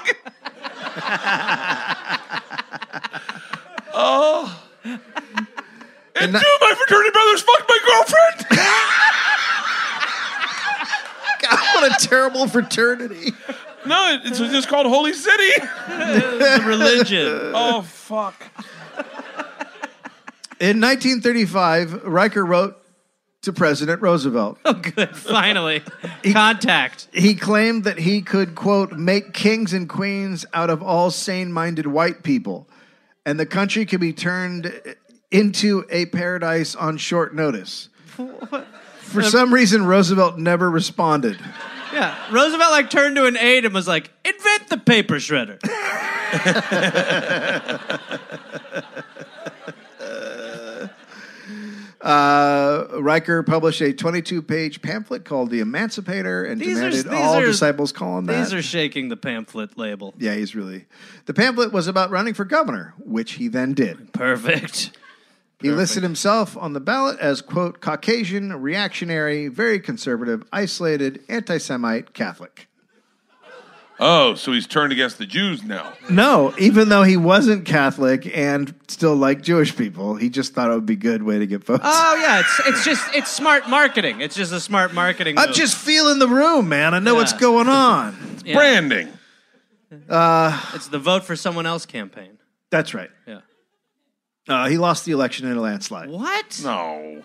Speaker 3: oh. And
Speaker 1: And
Speaker 3: two of my fraternity brothers fucked my girlfriend.
Speaker 1: God, what a terrible fraternity.
Speaker 3: no, it's just called Holy City.
Speaker 2: The religion.
Speaker 3: Oh fuck.
Speaker 1: In 1935, Riker wrote to President Roosevelt.
Speaker 2: Oh, good. Finally. Contact.
Speaker 1: He claimed that he could, quote, make kings and queens out of all sane minded white people, and the country could be turned into a paradise on short notice. For some reason, Roosevelt never responded.
Speaker 2: Yeah. Roosevelt like turned to an aide and was like, invent the paper shredder.
Speaker 1: Uh, Riker published a 22 page pamphlet called The Emancipator and
Speaker 2: These are-
Speaker 1: demanded
Speaker 2: these
Speaker 1: all
Speaker 2: are-
Speaker 1: disciples call him that.
Speaker 2: These are shaking the pamphlet label.
Speaker 1: Yeah, he's really. The pamphlet was about running for governor, which he then did.
Speaker 2: Perfect.
Speaker 1: He listed himself on the ballot as, quote, Caucasian, reactionary, very conservative, isolated, anti Semite, Catholic.
Speaker 3: Oh, so he's turned against the Jews now.
Speaker 1: No, even though he wasn't Catholic and still liked Jewish people, he just thought it would be a good way to get votes.
Speaker 2: Oh yeah, it's it's just it's smart marketing. It's just a smart marketing.
Speaker 1: I'm
Speaker 2: move.
Speaker 1: just feeling the room, man. I know what's
Speaker 2: Yeah.
Speaker 1: going on.
Speaker 2: Yeah.
Speaker 3: Branding.
Speaker 2: It's the vote for someone else campaign.
Speaker 1: That's right.
Speaker 2: Yeah.
Speaker 1: Uh, he lost the election in a landslide.
Speaker 2: What?
Speaker 3: No.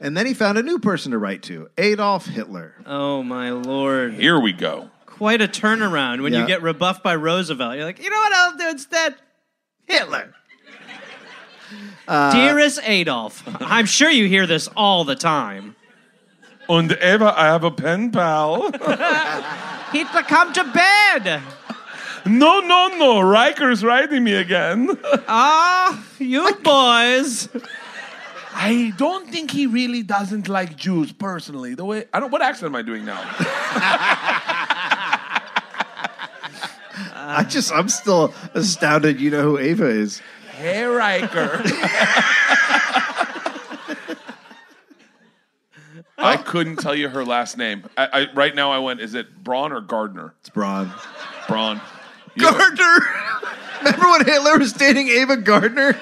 Speaker 1: And then he found a new person to write to Adolf Hitler.
Speaker 2: Oh my lord!
Speaker 3: Here we go.
Speaker 2: Quite a turnaround when
Speaker 1: Yeah.
Speaker 2: you get rebuffed by Roosevelt. You're like, you know what I'll do instead?
Speaker 1: Hitler. Uh,
Speaker 2: Dearest Adolf, I'm sure you hear this all the time.
Speaker 3: And Eva, I have a pen pal.
Speaker 2: Hitler, come to bed.
Speaker 3: no, no, no. Riker's writing me again.
Speaker 2: Ah, you boys.
Speaker 3: I don't think he really doesn't like Jews personally. The way I don't. What accent am I doing now?
Speaker 1: I just, I'm still astounded. You know who Ava is.
Speaker 3: hey, Riker. I couldn't tell you her last name. I, I, right now, I went. Is it Braun or Gardner?
Speaker 1: It's Braun.
Speaker 3: Braun. You ever-
Speaker 1: Gardner. Remember when Hitler was dating Ava Gardner?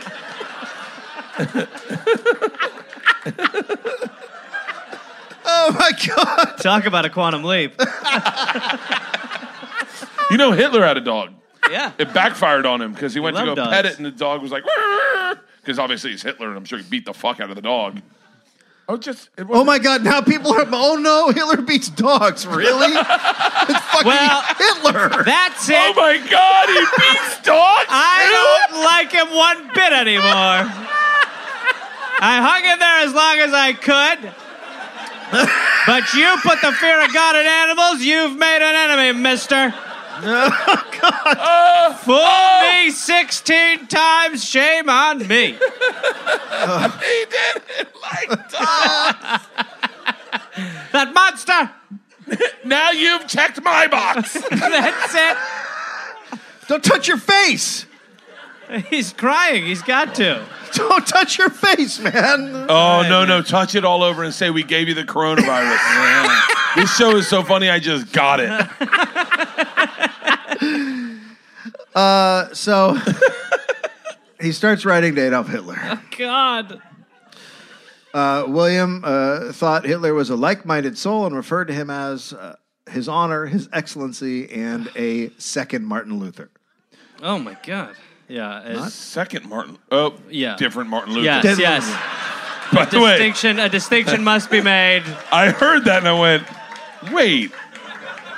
Speaker 1: oh my God.
Speaker 2: Talk about a quantum leap.
Speaker 3: You know Hitler had a dog.
Speaker 2: Yeah.
Speaker 3: It backfired on him because he went to go
Speaker 2: loved
Speaker 3: pet
Speaker 2: dogs.
Speaker 3: it, and the dog was like, because obviously he's Hitler, and I'm sure he beat the fuck out of the dog. Oh, just it
Speaker 1: Oh my God. Now people are, oh no, Hitler beats dogs. Really? It's fucking
Speaker 2: Well-
Speaker 1: Hitler.
Speaker 2: That's
Speaker 3: Oh
Speaker 2: it.
Speaker 3: my God, he beats dogs.
Speaker 2: I don't like him one bit anymore. I hung in there as long as I could. But you put the fear of God in animals, you've made an enemy, mister. Fool
Speaker 3: Oh,
Speaker 2: me 16 times, shame on me.
Speaker 3: He did it like dogs.
Speaker 2: That monster,
Speaker 3: now you've checked my box.
Speaker 2: that's it.
Speaker 1: Don't touch your face.
Speaker 2: He's crying, he's got to.
Speaker 1: Don't touch your face, man.
Speaker 3: Oh no, no, touch it all over and say we gave you the coronavirus. This show is so funny. I just got it.
Speaker 1: So he starts writing to Adolf Hitler.
Speaker 2: God.
Speaker 1: Uh, William uh, thought Hitler was a like minded soul and referred to him as uh, his honor, his excellency, and a second Martin Luther.
Speaker 2: Oh my God. Yeah. it's-
Speaker 3: Second Martin. Oh,
Speaker 2: Yeah.
Speaker 3: different Martin Luther.
Speaker 2: Yes,
Speaker 1: Dead
Speaker 2: yes.
Speaker 1: Luther.
Speaker 3: By the way,
Speaker 2: Distinction, a distinction must be made.
Speaker 3: I heard that and I went, wait.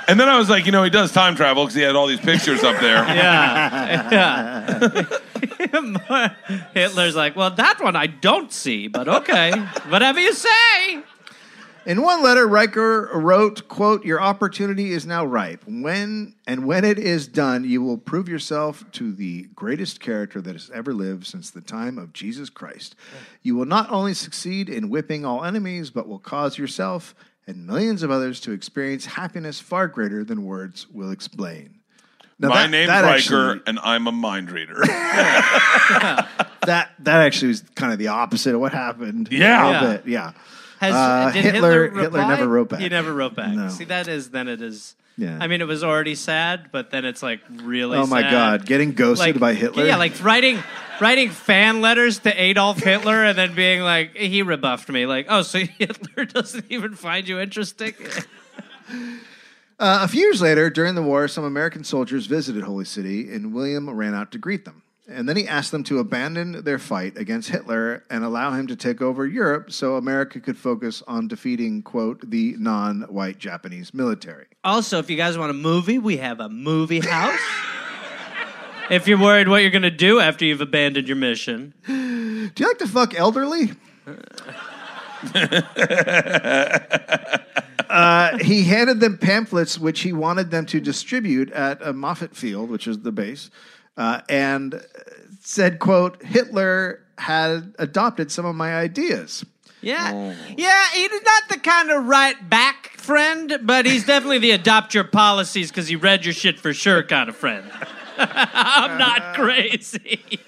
Speaker 3: And then I was like, you know, he does time travel because he had all these pictures up there.
Speaker 2: Yeah. yeah. Hitler's like, well, that one I don't see, but okay. Whatever you say.
Speaker 1: In one letter, Riker wrote, quote, Your opportunity is now ripe. When and when it is done, you will prove yourself to the greatest character that has ever lived since the time of Jesus Christ. You will not only succeed in whipping all enemies, but will cause yourself and millions of others to experience happiness far greater than words will explain. Now,
Speaker 3: My
Speaker 1: that-
Speaker 3: name's
Speaker 1: that
Speaker 3: Riker
Speaker 1: actually-
Speaker 3: and I'm a mind reader.
Speaker 1: that that actually was kind of the opposite of what happened. a
Speaker 3: Yeah.
Speaker 1: little bit. yeah.
Speaker 2: Has,
Speaker 1: Uh,
Speaker 2: did
Speaker 1: Hitler-
Speaker 2: Hitler,
Speaker 1: Hitler
Speaker 2: reply?
Speaker 1: never wrote back.
Speaker 2: He never wrote back.
Speaker 1: No.
Speaker 2: See, that is, then it is.
Speaker 1: Yeah.
Speaker 2: I mean, it was already sad, but then it's like really
Speaker 1: Oh my
Speaker 2: sad.
Speaker 1: God, getting ghosted by Hitler.
Speaker 2: Yeah, like writing writing fan letters to Adolf Hitler and then being like, he rebuffed me. Like, oh, so Hitler doesn't even find you interesting?
Speaker 1: Uh, a few years later, during the war, some American soldiers visited Holy City, and William ran out to greet them. And then he asked them to abandon their fight against Hitler and allow him to take over Europe, so America could focus on defeating quote the non-white Japanese military.
Speaker 2: Also, if you guys want a movie, we have a movie house. if you're worried what you're going to do after you've abandoned your mission,
Speaker 1: Do you like to fuck elderly? uh, he handed them pamphlets which he wanted them to distribute at uh, Moffett Field, which is the base, uh, and uh, said, "quote Hitler had adopted some of my ideas."
Speaker 2: yeah, yeah, he's not the kind of right back friend, but he's definitely the adopt your policies because he read your shit for sure kind of friend. I'm not crazy.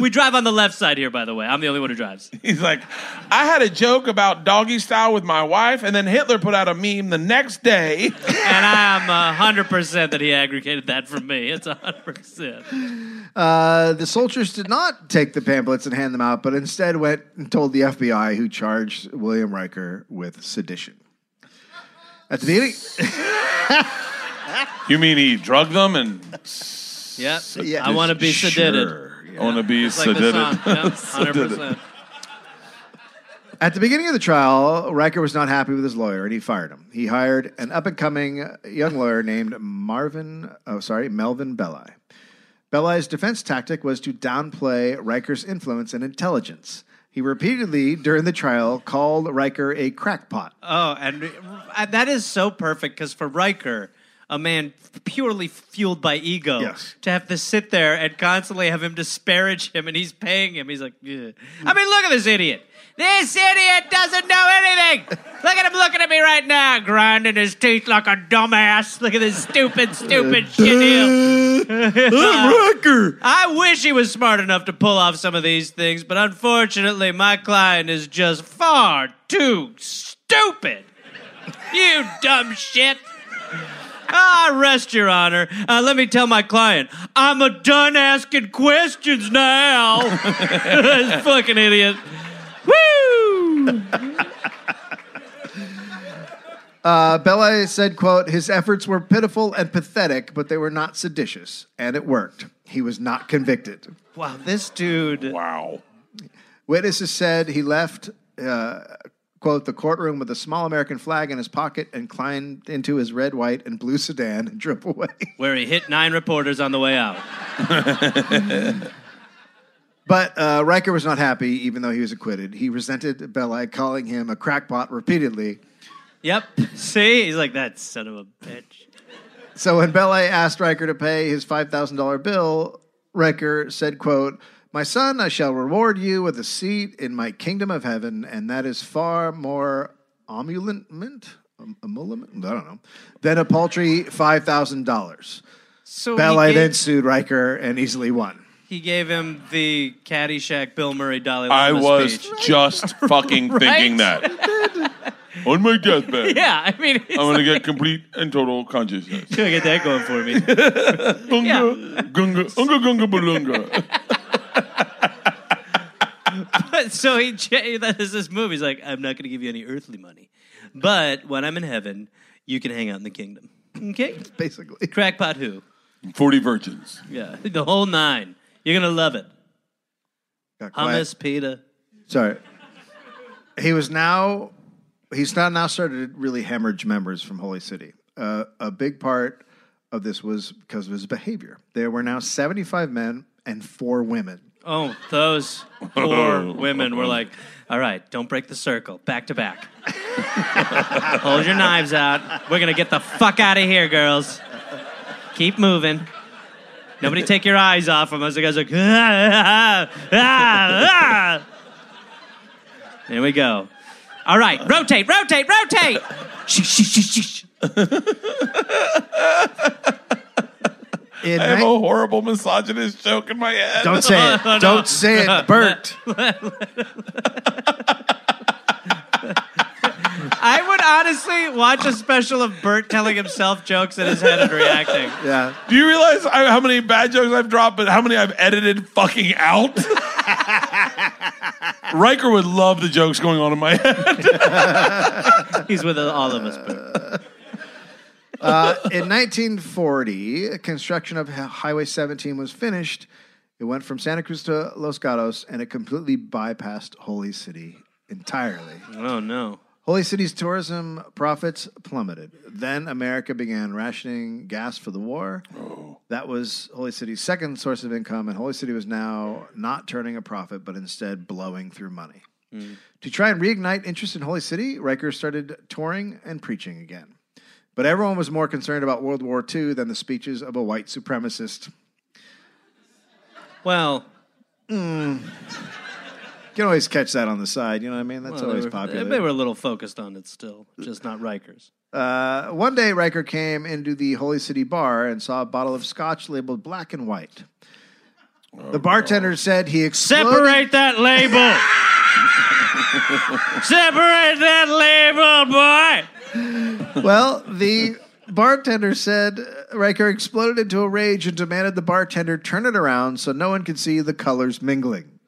Speaker 2: we drive on the left side here, by the way. I'm the only one who drives.
Speaker 3: He's like, I had a joke about doggy style with my wife, and then Hitler put out a meme the next day.
Speaker 2: And I'm uh, 100% that he aggregated that from me. It's 100%.
Speaker 1: Uh, the soldiers did not take the pamphlets and hand them out, but instead went and told the FBI, who charged William Riker with sedition. At the beginning,
Speaker 3: You mean he drugged them and
Speaker 2: Yep.
Speaker 1: Yeah.
Speaker 2: I want to be sedated.
Speaker 3: Sure, I want to be sedated.
Speaker 2: Hundred percent.
Speaker 1: At the beginning of the trial, Riker was not happy with his lawyer and he fired him. He hired an up and coming young lawyer named Marvin, oh, sorry, Melvin Belli. Belli's defense tactic was to downplay Riker's influence and intelligence. He repeatedly, during the trial, called Riker a crackpot.
Speaker 2: Oh, and uh, that is so perfect because for Riker, a man purely fueled by ego,
Speaker 1: Yes.
Speaker 2: to have to sit there and constantly have him disparage him, and he's paying him. He's like, "Yeah." I mean, look at this idiot. This idiot doesn't know anything. Look at him looking at me right now, grinding his teeth like a dumbass. Look at this stupid, stupid shit. deal.
Speaker 1: Riker!
Speaker 2: I wish he was smart enough to pull off some of these things, but unfortunately, my client is just far too stupid. You dumb shit. Ah, rest your honor. Uh, let me tell my client, I'm a done asking questions now. this fucking idiot. Woo!
Speaker 1: Uh, Belli said, quote, his efforts were pitiful and pathetic, but they were not seditious, and it worked. He was not convicted.
Speaker 2: Wow, this dude.
Speaker 3: Wow.
Speaker 1: Witnesses said he left, uh, quote, the courtroom with a small American flag in his pocket and climbed into his red, white, and blue sedan and drove away.
Speaker 2: Where he hit nine reporters on the way out.
Speaker 1: But uh, Riker was not happy, even though he was acquitted. He resented Belli calling him a crackpot repeatedly.
Speaker 2: Yep. See? He's like, that son of a bitch.
Speaker 1: So when Belli asked Riker to pay his $5,000 bill, Riker said, quote, my son, I shall reward you with a seat in my kingdom of heaven, and that is far more emolument, em- emolument, I don't know, than a paltry five thousand dollars.
Speaker 2: So he
Speaker 1: Belli
Speaker 2: gave-
Speaker 1: then sued Riker and easily won.
Speaker 2: He gave him the Caddyshack Bill Murray Dolly
Speaker 3: I
Speaker 2: Lama
Speaker 3: was
Speaker 2: speech.
Speaker 3: just fucking thinking
Speaker 2: Right?
Speaker 3: that. On my deathbed,
Speaker 2: Yeah, I mean, it's
Speaker 3: I'm going to
Speaker 2: like,
Speaker 3: get complete and total consciousness.
Speaker 2: Should I get that going for me.
Speaker 3: Gunga, gunga, unga, gunga, balunga.
Speaker 2: But so he cha- that is this movie. He's like, I'm not going to give you any earthly money, but when I'm in heaven, you can hang out in the kingdom. Okay,
Speaker 1: Basically,
Speaker 2: crackpot who?
Speaker 3: 40 virgins.
Speaker 2: Yeah, the whole nine. You're gonna love it.
Speaker 1: Got quiet.
Speaker 2: Hummus, pita.
Speaker 1: Sorry. He was now he's now now started to really hemorrhage members from Holy City. Uh, a big part of this was because of his behavior. There were now 75 men and four women.
Speaker 2: Oh, those poor women were like, all right, don't break the circle. Back to back. Hold your knives out. We're going to get the fuck out of here, girls. Keep moving. Nobody take your eyes off them. As the guy's like, ah, ah, ah, ah. There we go. All right, rotate, rotate, rotate. Shh, shh, shh, shh, shh.
Speaker 1: In
Speaker 3: I have
Speaker 1: ni-
Speaker 3: a horrible misogynist joke in my head.
Speaker 1: don't say it.
Speaker 2: No.
Speaker 1: Don't say it, Bert.
Speaker 2: I would honestly watch a special of Bert telling himself jokes in his head and reacting.
Speaker 1: Yeah.
Speaker 3: Do you realize I, how many bad jokes I've dropped, but how many I've edited fucking out? Riker would love the jokes going on in my head.
Speaker 2: He's with all of us, Bert.
Speaker 1: In 1940, construction of Hi- Highway 17 was finished. It went from Santa Cruz to Los Gatos and it completely bypassed Holy City entirely.
Speaker 2: Oh no.
Speaker 1: Holy City's tourism profits plummeted. Then America began rationing gas for the war.
Speaker 2: Oh.
Speaker 1: That was Holy City's second source of income, and Holy City was now not turning a profit, but instead blowing through money.
Speaker 2: Hmm.
Speaker 1: To try and reignite interest in Holy City, Riker started touring and preaching again. But everyone was more concerned about World War II than the speeches of a white supremacist.
Speaker 2: Well,
Speaker 1: You can always catch that on the side, you know what I mean? That's
Speaker 2: they
Speaker 1: always
Speaker 2: were,
Speaker 1: popular.
Speaker 2: They were a little focused on it still, just not Rikers.
Speaker 1: Uh, one day, Riker came into the Holy City bar and saw a bottle of scotch labeled black and white. the bartender said he exploded.
Speaker 2: Separate that label. Separate that label, boy.
Speaker 1: Well, the bartender said uh, Riker exploded into a rage and demanded the bartender turn it around so no one could see the colors mingling.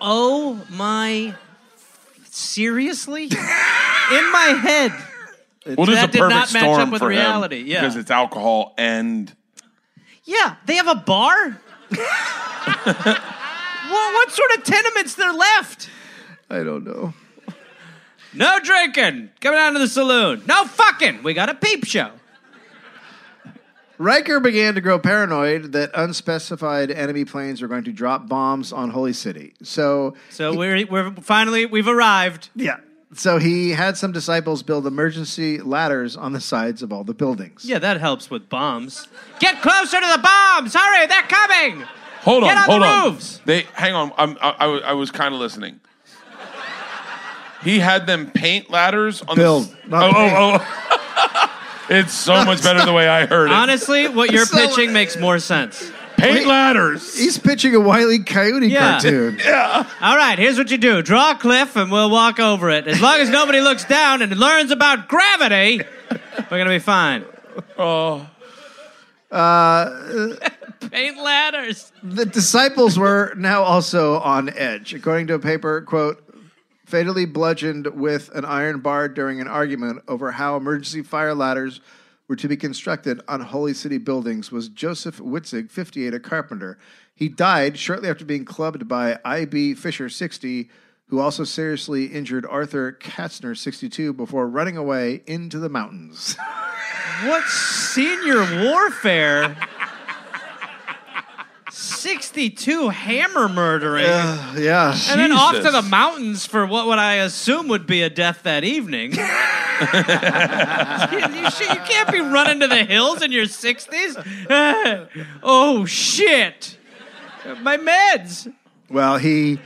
Speaker 2: Oh my! Seriously? In my head.
Speaker 3: Well, there's
Speaker 2: That
Speaker 3: a
Speaker 2: did
Speaker 3: perfect
Speaker 2: not match up
Speaker 3: storm
Speaker 2: with
Speaker 3: for him
Speaker 2: reality, yeah.
Speaker 3: because it's alcohol and
Speaker 2: Yeah, they have a bar. What, what sort of tenements there left?
Speaker 1: I don't know.
Speaker 2: No drinking. Come down to the saloon. No fucking. We got a peep show.
Speaker 1: Riker began to grow paranoid that unspecified enemy planes were going to drop bombs on Holy City. So,
Speaker 2: So we're we're finally we've arrived.
Speaker 1: yeah. So he had some disciples build emergency ladders on the sides of all the buildings.
Speaker 2: Yeah, that helps with bombs. Get closer to the bombs. Hurry, they're coming.
Speaker 3: Hold on,
Speaker 2: Get on the
Speaker 3: hold on.
Speaker 2: roofs.
Speaker 3: They hang on. I'm, I, I, was- I was kind of listening. He had them paint ladders on
Speaker 1: Build,
Speaker 3: The,
Speaker 1: not
Speaker 3: oh, oh, oh. it's so much better the way I heard it.
Speaker 2: Honestly, what you're
Speaker 1: So-
Speaker 2: pitching makes more sense.
Speaker 3: paint ladders.
Speaker 1: He's pitching a Wile E. Coyote
Speaker 2: Yeah.
Speaker 1: cartoon.
Speaker 2: All right, here's what you do. Draw a cliff and we'll walk over it. As long as nobody looks down and learns about gravity, we're going to be fine.
Speaker 3: oh,
Speaker 2: Uh, Paint ladders.
Speaker 1: The disciples were now also on edge. According to a paper, quote, fatally bludgeoned with an iron bar during an argument over how emergency fire ladders were to be constructed on Holy City buildings was Joseph Witzig, 58, a carpenter. He died shortly after being clubbed by I.B. Fisher, 60, who also seriously injured Arthur Katzner, 62, before running away into the mountains.
Speaker 2: What senior warfare? 62 hammer murdering.
Speaker 1: yeah.
Speaker 2: and then off to
Speaker 3: Jesus.
Speaker 2: the mountains for what would I assume would be a death that evening. you, you sh- you can't be running to the hills in your 60s. oh, shit. My meds.
Speaker 1: Well, he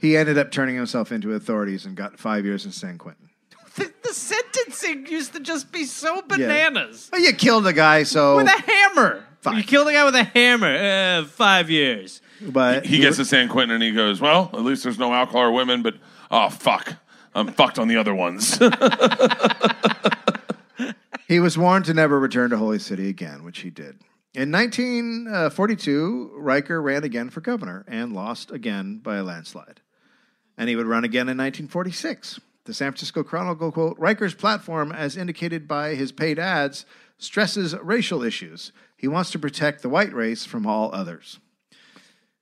Speaker 1: he ended up turning himself into authorities and got five years in San Quentin.
Speaker 2: The, the sentencing used to just be so bananas.
Speaker 1: Well, you killed a guy, so
Speaker 2: With a hammer.
Speaker 1: Oh. Fine.
Speaker 2: You killed a guy with a hammer. Uh, five years.
Speaker 1: but
Speaker 3: he gets to San Quentin and he goes, "Well, at least there's no alcohol or women." But oh fuck, I'm fucked on the other ones.
Speaker 1: he was warned to never return to Holy City again, which he did. In 1942, Riker ran again for governor and lost again by a landslide. And he would run again in 1946. The San Francisco Chronicle quote Riker's platform, as indicated by his paid ads, stresses racial issues. He wants to protect the white race from all others.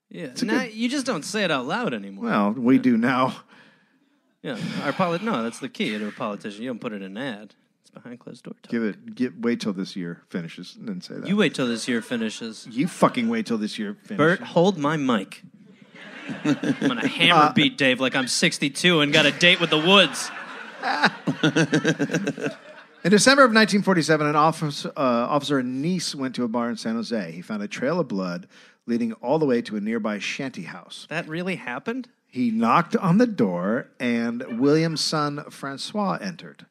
Speaker 2: Yeah. Now, you just don't say it out loud anymore.
Speaker 1: Well, we do now.
Speaker 2: Yeah. Our poli- no, that's the key to a politician. You don't put it in an ad. It's behind closed door. talk.
Speaker 1: Give it. Get wait till this year finishes and then say that.
Speaker 2: You wait till this year finishes.
Speaker 1: You fucking wait till this year finishes.
Speaker 2: Bert, hold my mic. I'm gonna hammer beat Dave like I'm 62 and got a date with the woods.
Speaker 1: In December of 1947, an officer, uh, officer in Nice went to a bar in San Jose. He found a trail of blood leading all the way to a nearby shanty house.
Speaker 2: That really happened?
Speaker 1: He knocked on the door, and William's son Francois entered.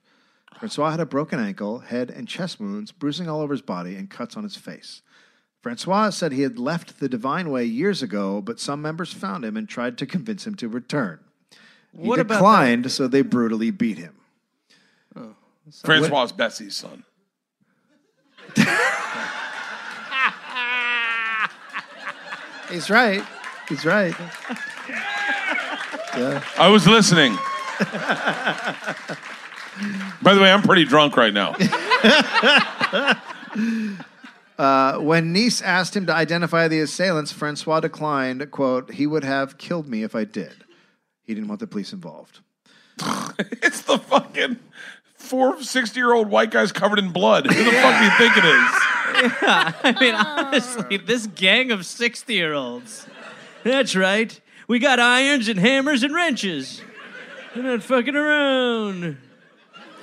Speaker 1: Francois had a broken ankle, head, and chest wounds, bruising all over his body, and cuts on his face. Francois said he had left the Divine Way years ago, but some members found him and tried to convince him to return. He
Speaker 2: What about
Speaker 1: declined, so they brutally beat him.
Speaker 3: Francois Bessie's son.
Speaker 1: He's right. He's right.
Speaker 3: I was listening. By the way, I'm pretty drunk right now.
Speaker 1: Uh, When Nice asked him to identify the assailants, Francois declined, quote, he would have killed me if I did. He didn't want the police involved.
Speaker 3: It's the fucking four 60 year old white guys covered in blood. Who the fuck do you think it is?
Speaker 2: I mean, honestly, this gang of 60 year olds. That's right. We got irons and hammers and wrenches. We're not fucking around.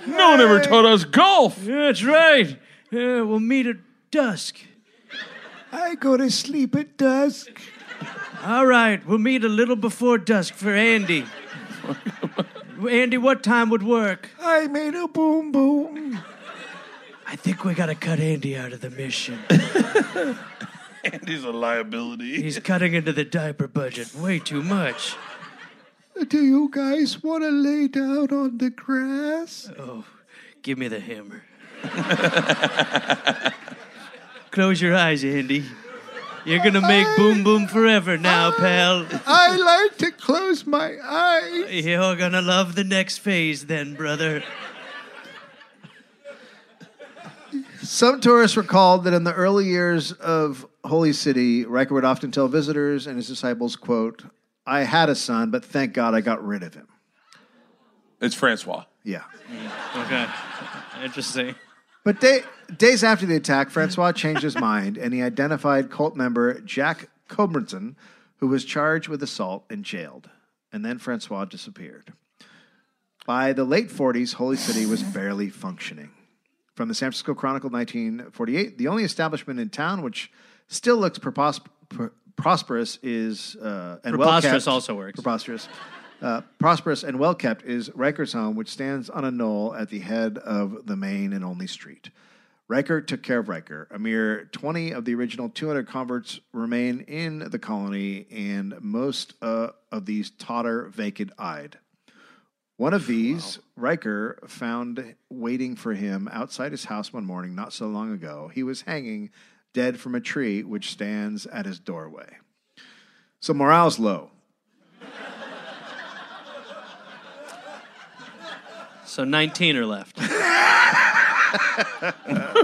Speaker 3: No one ever taught us golf.
Speaker 2: That's right. Yeah, we'll meet at dusk.
Speaker 1: I go to sleep at dusk.
Speaker 2: All right, we'll meet a little before dusk for Andy. Andy, what time would work?
Speaker 1: I made a boom boom.
Speaker 2: I think we gotta cut Andy out of the mission.
Speaker 3: Andy's a liability.
Speaker 2: He's cutting into the diaper budget way too much.
Speaker 1: Do you guys want to lay down on the grass?
Speaker 2: Give me the hammer. Close your eyes, Andy. You're gonna make boom boom forever now, pal.
Speaker 1: I like to close my eyes.
Speaker 2: You're gonna love the next phase then, brother.
Speaker 1: Some tourists recalled that in the early years of holy city, Riker would often tell visitors and his disciples, quote, I had a son, but thank God I got rid of him.
Speaker 3: It's Francois.
Speaker 1: Yeah.
Speaker 2: Okay. Interesting.
Speaker 1: But day, days after the attack, Francois changed his mind and he identified cult member Jack Coburnson, who was charged with assault and jailed. And then Francois disappeared. By the late 40s, Holy City was barely functioning. From the San Francisco Chronicle 1948, the only establishment in town which still looks prepos- pr- prosperous is uh, and well
Speaker 2: Preposterous
Speaker 1: kept-
Speaker 2: also works.
Speaker 1: Preposterous. Uh, prosperous and well kept is Riker's home, which stands on a knoll at the head of the main and only street. Riker took care of Riker. A mere 20 of the original 200 converts remain in the colony, and most uh, of these totter vacant eyed. One of these, Riker, found waiting for him outside his house one morning not so long ago. He was hanging dead from a tree which stands at his doorway. So morale's low.
Speaker 2: So 19 are left.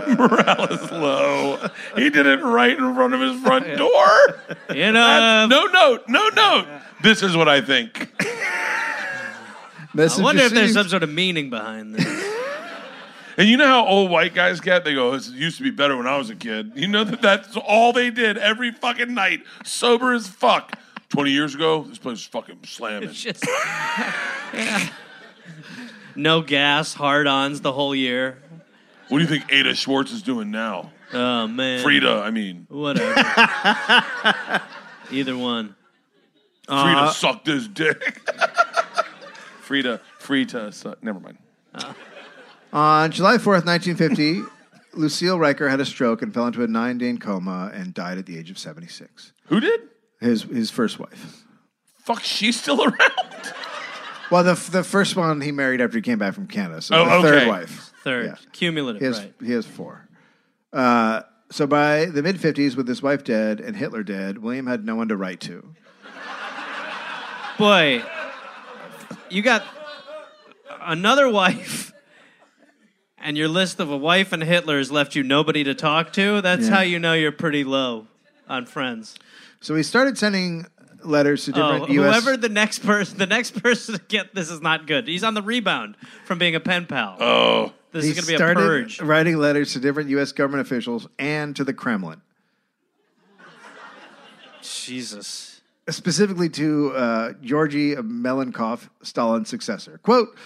Speaker 3: Morales low. He did it right in front of his front door.
Speaker 2: You know,
Speaker 3: No note, no note. This is what I think.
Speaker 2: I wonder if there's some sort of meaning behind this.
Speaker 3: And you know how old white guys get? They go, "This used to be better when I was a kid." You know that that's all they did every fucking night, sober as fuck. Twenty years ago, this place was fucking slamming.
Speaker 2: Just, Yeah. No gas, hard ons the whole year.
Speaker 3: What do you think Ada Schwartz is doing now?
Speaker 2: Oh, man.
Speaker 3: Frida, I mean,
Speaker 2: Whatever. Either one.
Speaker 3: Frida sucked his dick. Frida, Frida sucked. Never mind.
Speaker 1: On July 4th, 1950, Lucille Riker had a stroke and fell into a nine day coma and died at the age of 76.
Speaker 3: Who did?
Speaker 1: His, his first wife.
Speaker 3: Fuck, she's still around.
Speaker 1: Well, the, the first one he married after he came back from Canada. So
Speaker 3: Oh,
Speaker 1: the
Speaker 3: okay.
Speaker 1: third wife.
Speaker 2: Third.
Speaker 1: Yeah.
Speaker 2: Cumulative,
Speaker 1: He has,
Speaker 2: right.
Speaker 1: he has four. Uh, so by the mid 50s, with his wife dead and Hitler dead, William had no one to write to.
Speaker 2: Boy, you got another wife, and your list of a wife and Hitler has left you nobody to talk to. That's
Speaker 1: Yeah.
Speaker 2: how you know you're pretty low on friends.
Speaker 1: So he started sending letters to different
Speaker 2: Oh,
Speaker 1: U.S.
Speaker 2: whoever the next person, the next person to get this is not good. He's on the rebound from being a pen pal.
Speaker 3: Oh,
Speaker 1: Uh,
Speaker 2: this
Speaker 1: he
Speaker 2: is going to be a
Speaker 1: started
Speaker 2: purge.
Speaker 1: writing letters to different U.S. government officials and to the Kremlin.
Speaker 2: Jesus.
Speaker 1: specifically to uh, Georgy Melenkov, Stalin's successor. Quote,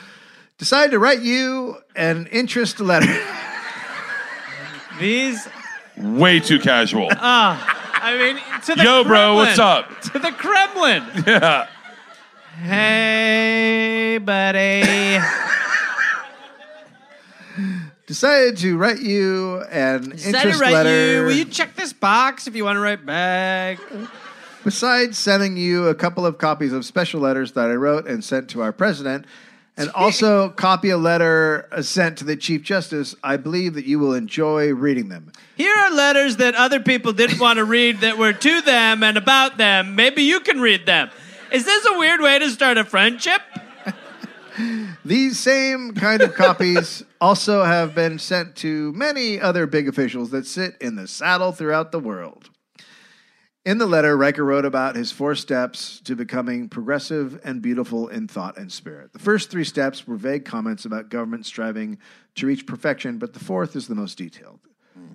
Speaker 1: decided to write you an interest letter.
Speaker 2: These,
Speaker 3: way too casual.
Speaker 2: I mean, to the
Speaker 3: Yo, bro,
Speaker 2: Kremlin.
Speaker 3: what's up?
Speaker 2: To the Kremlin.
Speaker 3: Yeah.
Speaker 2: Hey, buddy.
Speaker 1: decided to write you an
Speaker 2: Decided to
Speaker 1: interest
Speaker 2: write
Speaker 1: letter.
Speaker 2: you. Will you check this box if you want to write back?
Speaker 1: Besides sending you a couple of copies of special letters that I wrote and sent to our president, and also copy a letter uh, sent to the Chief Justice, I believe that you will enjoy reading them.
Speaker 2: Here are letters that other people didn't want to read that were to them and about them. Maybe you can read them. Is this a weird way to start a friendship?
Speaker 1: These same kind of copies also have been sent to many other big officials that sit in the saddle throughout the world. In the letter, Riker wrote about his four steps to becoming progressive and beautiful in thought and spirit. The first three steps were vague comments about government striving to reach perfection, but the fourth is the most detailed.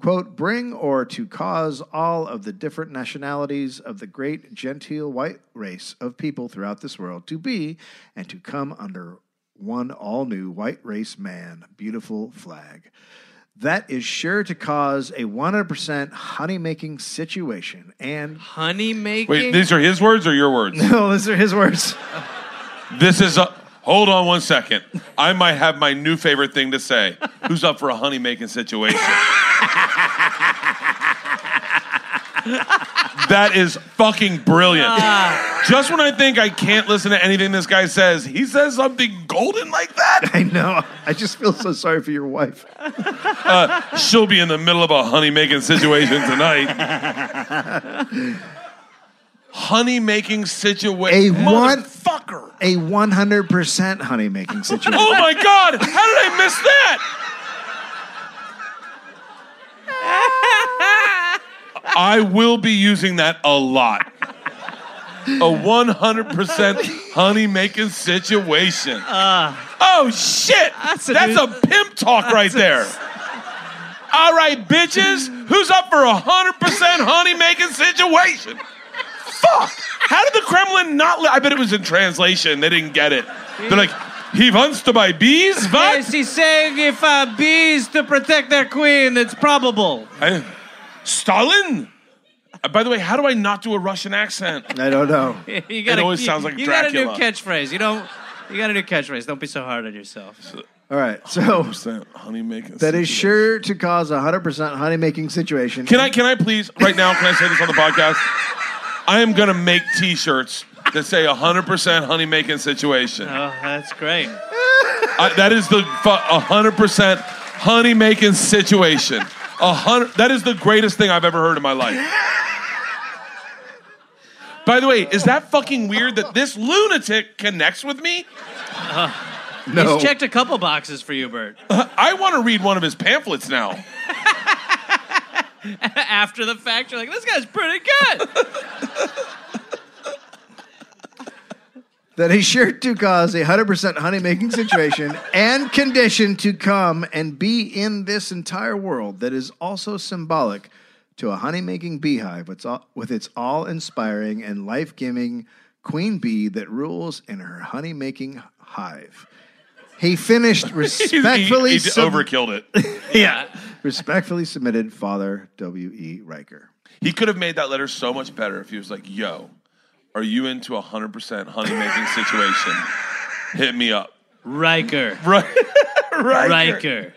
Speaker 1: Quote, bring or to cause all of the different nationalities of the great genteel white race of people throughout this world to be and to come under one all new white race man, beautiful flag that is sure to cause a 100% honey making situation. And
Speaker 2: Honey making.
Speaker 3: Wait, these are his words or your words?
Speaker 1: oh, those are his words.
Speaker 3: This is a. Hold on one second. I might have my new favorite thing to say. Who's up for a honey making situation? that is fucking brilliant. Just when I think I can't listen to anything this guy says, he says something golden like that.
Speaker 1: I know. I just feel so sorry for your wife.
Speaker 3: She'll be in the middle of a honey making situation tonight. honey making
Speaker 1: A
Speaker 3: situation.
Speaker 1: one-
Speaker 3: Motherfucker.
Speaker 1: A 100% honey making situation.
Speaker 3: Oh my God! How did I miss that? I will be using that a lot. A 100% honey making situation. oh, shit.
Speaker 2: That's
Speaker 3: That's
Speaker 2: a
Speaker 3: a,
Speaker 2: dude-
Speaker 3: pimp talk right there. All right, bitches, who's up for a 100% honey making situation? Fuck. How did the Kremlin not? Li- I bet it was in translation. They didn't get it. They're like, he wants to buy bees, but.
Speaker 2: Yes, he's saying if uh, bees to protect their queen, it's probable.
Speaker 3: I- Stalin? Uh, By the way, how do I not do a Russian accent?
Speaker 1: I don't know.
Speaker 2: You gotta,
Speaker 3: always
Speaker 2: you-
Speaker 3: sounds like
Speaker 2: You got a new
Speaker 3: Dracula.
Speaker 2: catchphrase. You don't. You got a new catchphrase. Don't be so hard on yourself.
Speaker 1: All right, so
Speaker 3: honey making.
Speaker 1: that is sure to cause a hundred percent honey making situation.
Speaker 3: Can I can I please right now? Can I say this on the podcast? I am gonna make T-shirts that say 100% honey making situation.
Speaker 2: Oh, that's great.
Speaker 3: I, that is the fu- 100% honey making situation. A hundred. That is the greatest thing I've ever heard in my life. By the way, is that fucking weird that this lunatic connects with me?
Speaker 1: no.
Speaker 2: He's checked a couple boxes for you, Bert.
Speaker 3: I want to read one of his pamphlets now.
Speaker 2: After the fact, you're like, this guy's pretty good.
Speaker 1: that is sure to cause a hundred percent honey making situation and condition to come and be in this entire world that is also symbolic to a honey making beehive with, all, with its all inspiring and life giving queen bee that rules in her honey making hive. He finished
Speaker 3: He-
Speaker 1: respectfully.
Speaker 3: he, he
Speaker 1: sub-
Speaker 3: overkilled it.
Speaker 2: yeah.
Speaker 1: Respectfully submitted, Father W. E. Riker.
Speaker 3: He could have made that letter so much better if he was like, "Yo, are you into a hundred percent honey making situation? Hit me up."
Speaker 2: Riker.
Speaker 3: Right, right.
Speaker 2: Riker.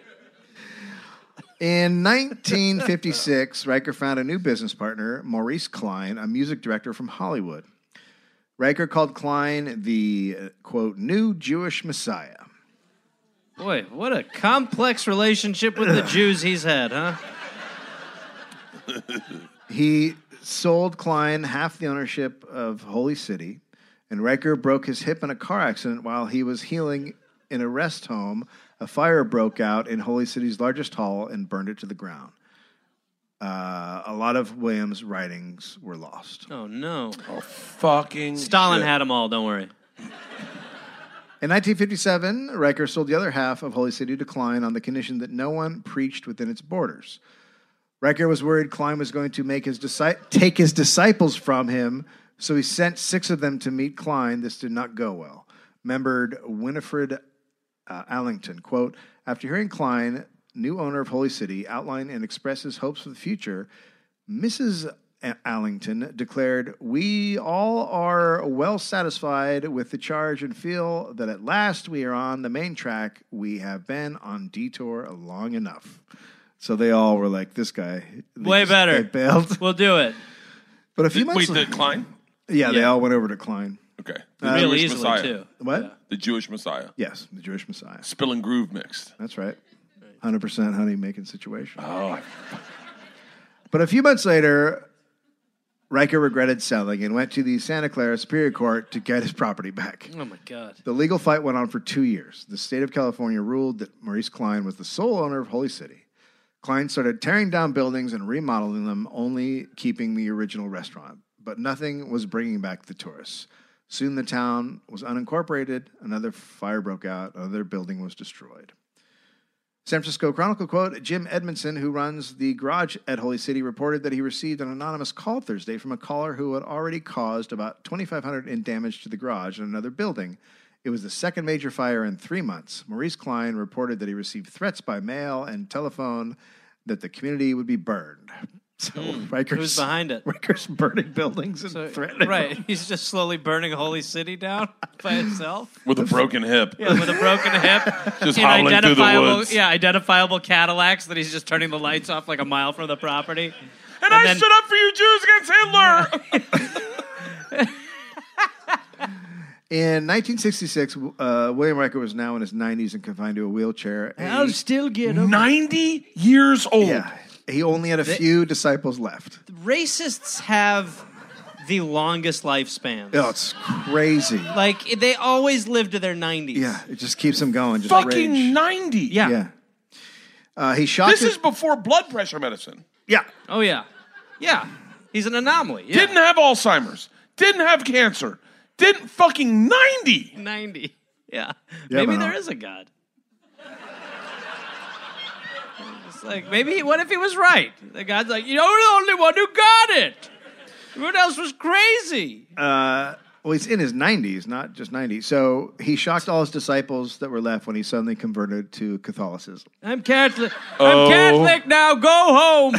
Speaker 1: In 1956, Riker found a new business partner, Maurice Klein, a music director from Hollywood. Riker called Klein the, uh, quote, new Jewish messiah.
Speaker 2: Boy, what a complex relationship with the Jews he's had, huh?
Speaker 1: He sold Klein half the ownership of Holy City, and Riker broke his hip in a car accident while he was healing in a rest home. A fire broke out in Holy City's largest hall and burned it to the ground. Uh, a lot of Williams' writings were lost.
Speaker 2: Oh no.
Speaker 3: Fucking
Speaker 2: Stalin
Speaker 3: shit.
Speaker 2: had them all. Don't worry.
Speaker 1: In 1957, Riker sold the other half of Holy City to Klein on the condition that no one preached within its borders. Riker was worried Klein was going to make his disci- take his disciples from him, so he sent six of them to meet Klein. This did not go well. Membered Winifred uh, Allington, quote, after hearing Klein, new owner of Holy City, outline and express his hopes for the future, Mrs. A- Allington declared, We all are well satisfied with the charge and feel that at last we are on the main track. We have been on detour long enough. So they all were like, This guy. they
Speaker 2: Way
Speaker 1: just-
Speaker 2: better.
Speaker 1: They bailed.
Speaker 2: We'll do it.
Speaker 1: But a few
Speaker 3: Wait,
Speaker 1: months
Speaker 3: the
Speaker 1: later.
Speaker 3: Klein?
Speaker 1: Yeah, they
Speaker 2: yeah.
Speaker 1: all went over to Klein.
Speaker 3: Okay, the
Speaker 2: Real
Speaker 3: Jewish
Speaker 2: easily
Speaker 3: Messiah.
Speaker 2: too.
Speaker 1: What?
Speaker 3: The Jewish Messiah.
Speaker 1: Yes, the Jewish Messiah.
Speaker 3: Spill and groove mixed.
Speaker 1: That's right. 100% honey making situation.
Speaker 3: Oh,
Speaker 1: But a few months later, Riker regretted selling and went to the Santa Clara Superior Court to get his property back.
Speaker 2: Oh my god.
Speaker 1: The legal fight went on for two years. The state of California ruled that Maurice Klein was the sole owner of Holy City. Klein started tearing down buildings and remodeling them, only keeping the original restaurant. But nothing was bringing back the tourists. Soon the town was unincorporated. Another fire broke out. Another building was destroyed. San Francisco Chronicle quote Jim Edmondson, who runs the garage at Holy City, reported that he received an anonymous call Thursday from a caller who had already caused about 2,500 in damage to the garage and another building. It was the second major fire in three months. Maurice Klein reported that he received threats by mail and telephone that the community would be burned. So Rikers,
Speaker 2: Hmm. Who's behind it?
Speaker 1: Rikers burning buildings and
Speaker 2: So-
Speaker 1: threatening.
Speaker 2: right. He's just slowly burning a holy city down by himself.
Speaker 3: with a broken hip.
Speaker 2: Yeah, with a broken hip.
Speaker 3: Just
Speaker 2: in
Speaker 3: hobbling through the
Speaker 2: identifiable-
Speaker 3: woods.
Speaker 2: Yeah, identifiable Cadillacs that he's just turning the lights off like a mile from the property.
Speaker 3: And,
Speaker 2: And
Speaker 3: I
Speaker 2: then-
Speaker 3: stood up for you Jews against Hitler.
Speaker 1: In 1966, uh, William Riker was now in his 90s and confined to a wheelchair. And he-
Speaker 2: still get him.
Speaker 3: Ninety years old.
Speaker 1: yeah, he only had a few disciples left.
Speaker 2: Racists have the longest lifespans.
Speaker 1: Oh, it's crazy.
Speaker 2: Like they always live to their 90s.
Speaker 1: Yeah, it just keeps him going. Just
Speaker 3: Fucking
Speaker 1: rage.
Speaker 3: ninety.
Speaker 2: Yeah.
Speaker 1: Yeah. Uh, he shocked.
Speaker 3: This
Speaker 1: his-
Speaker 3: is before blood pressure medicine.
Speaker 1: yeah.
Speaker 2: Oh yeah. Yeah. He's an anomaly. Yeah.
Speaker 3: Didn't have Alzheimer's. Didn't have cancer. Didn't fucking 90.
Speaker 2: 90. Yeah.
Speaker 1: Yeah,
Speaker 2: maybe
Speaker 1: man.
Speaker 2: there is a God. It's like, maybe, what if he was right? The God's like, you're the only one who got it. Everyone else was crazy.
Speaker 1: Well, he's in his 90s, not just 90. So he shocked all his disciples that were left when he suddenly converted to Catholicism.
Speaker 2: I'm Catholic.
Speaker 3: Oh.
Speaker 2: I'm Catholic now. Go home.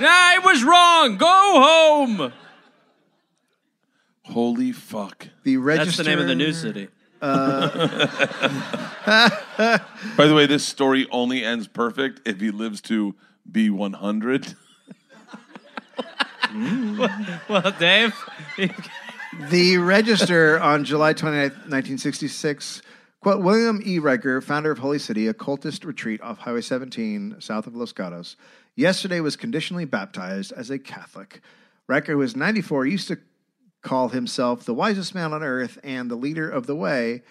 Speaker 2: nah, I was wrong. Go home.
Speaker 3: Holy fuck.
Speaker 1: The register,
Speaker 2: That's the name of the new city.
Speaker 3: By the way, this story only ends perfect if he lives to be 100.
Speaker 2: Well, Dave,
Speaker 1: The register on July 29th, 1966. Quote, William E. Riker, founder of Holy City, a cultist retreat off Highway 17, south of Los Gatos, yesterday was conditionally baptized as a Catholic. Riker, who is 94, used to call himself the wisest man on earth and the leader of the way.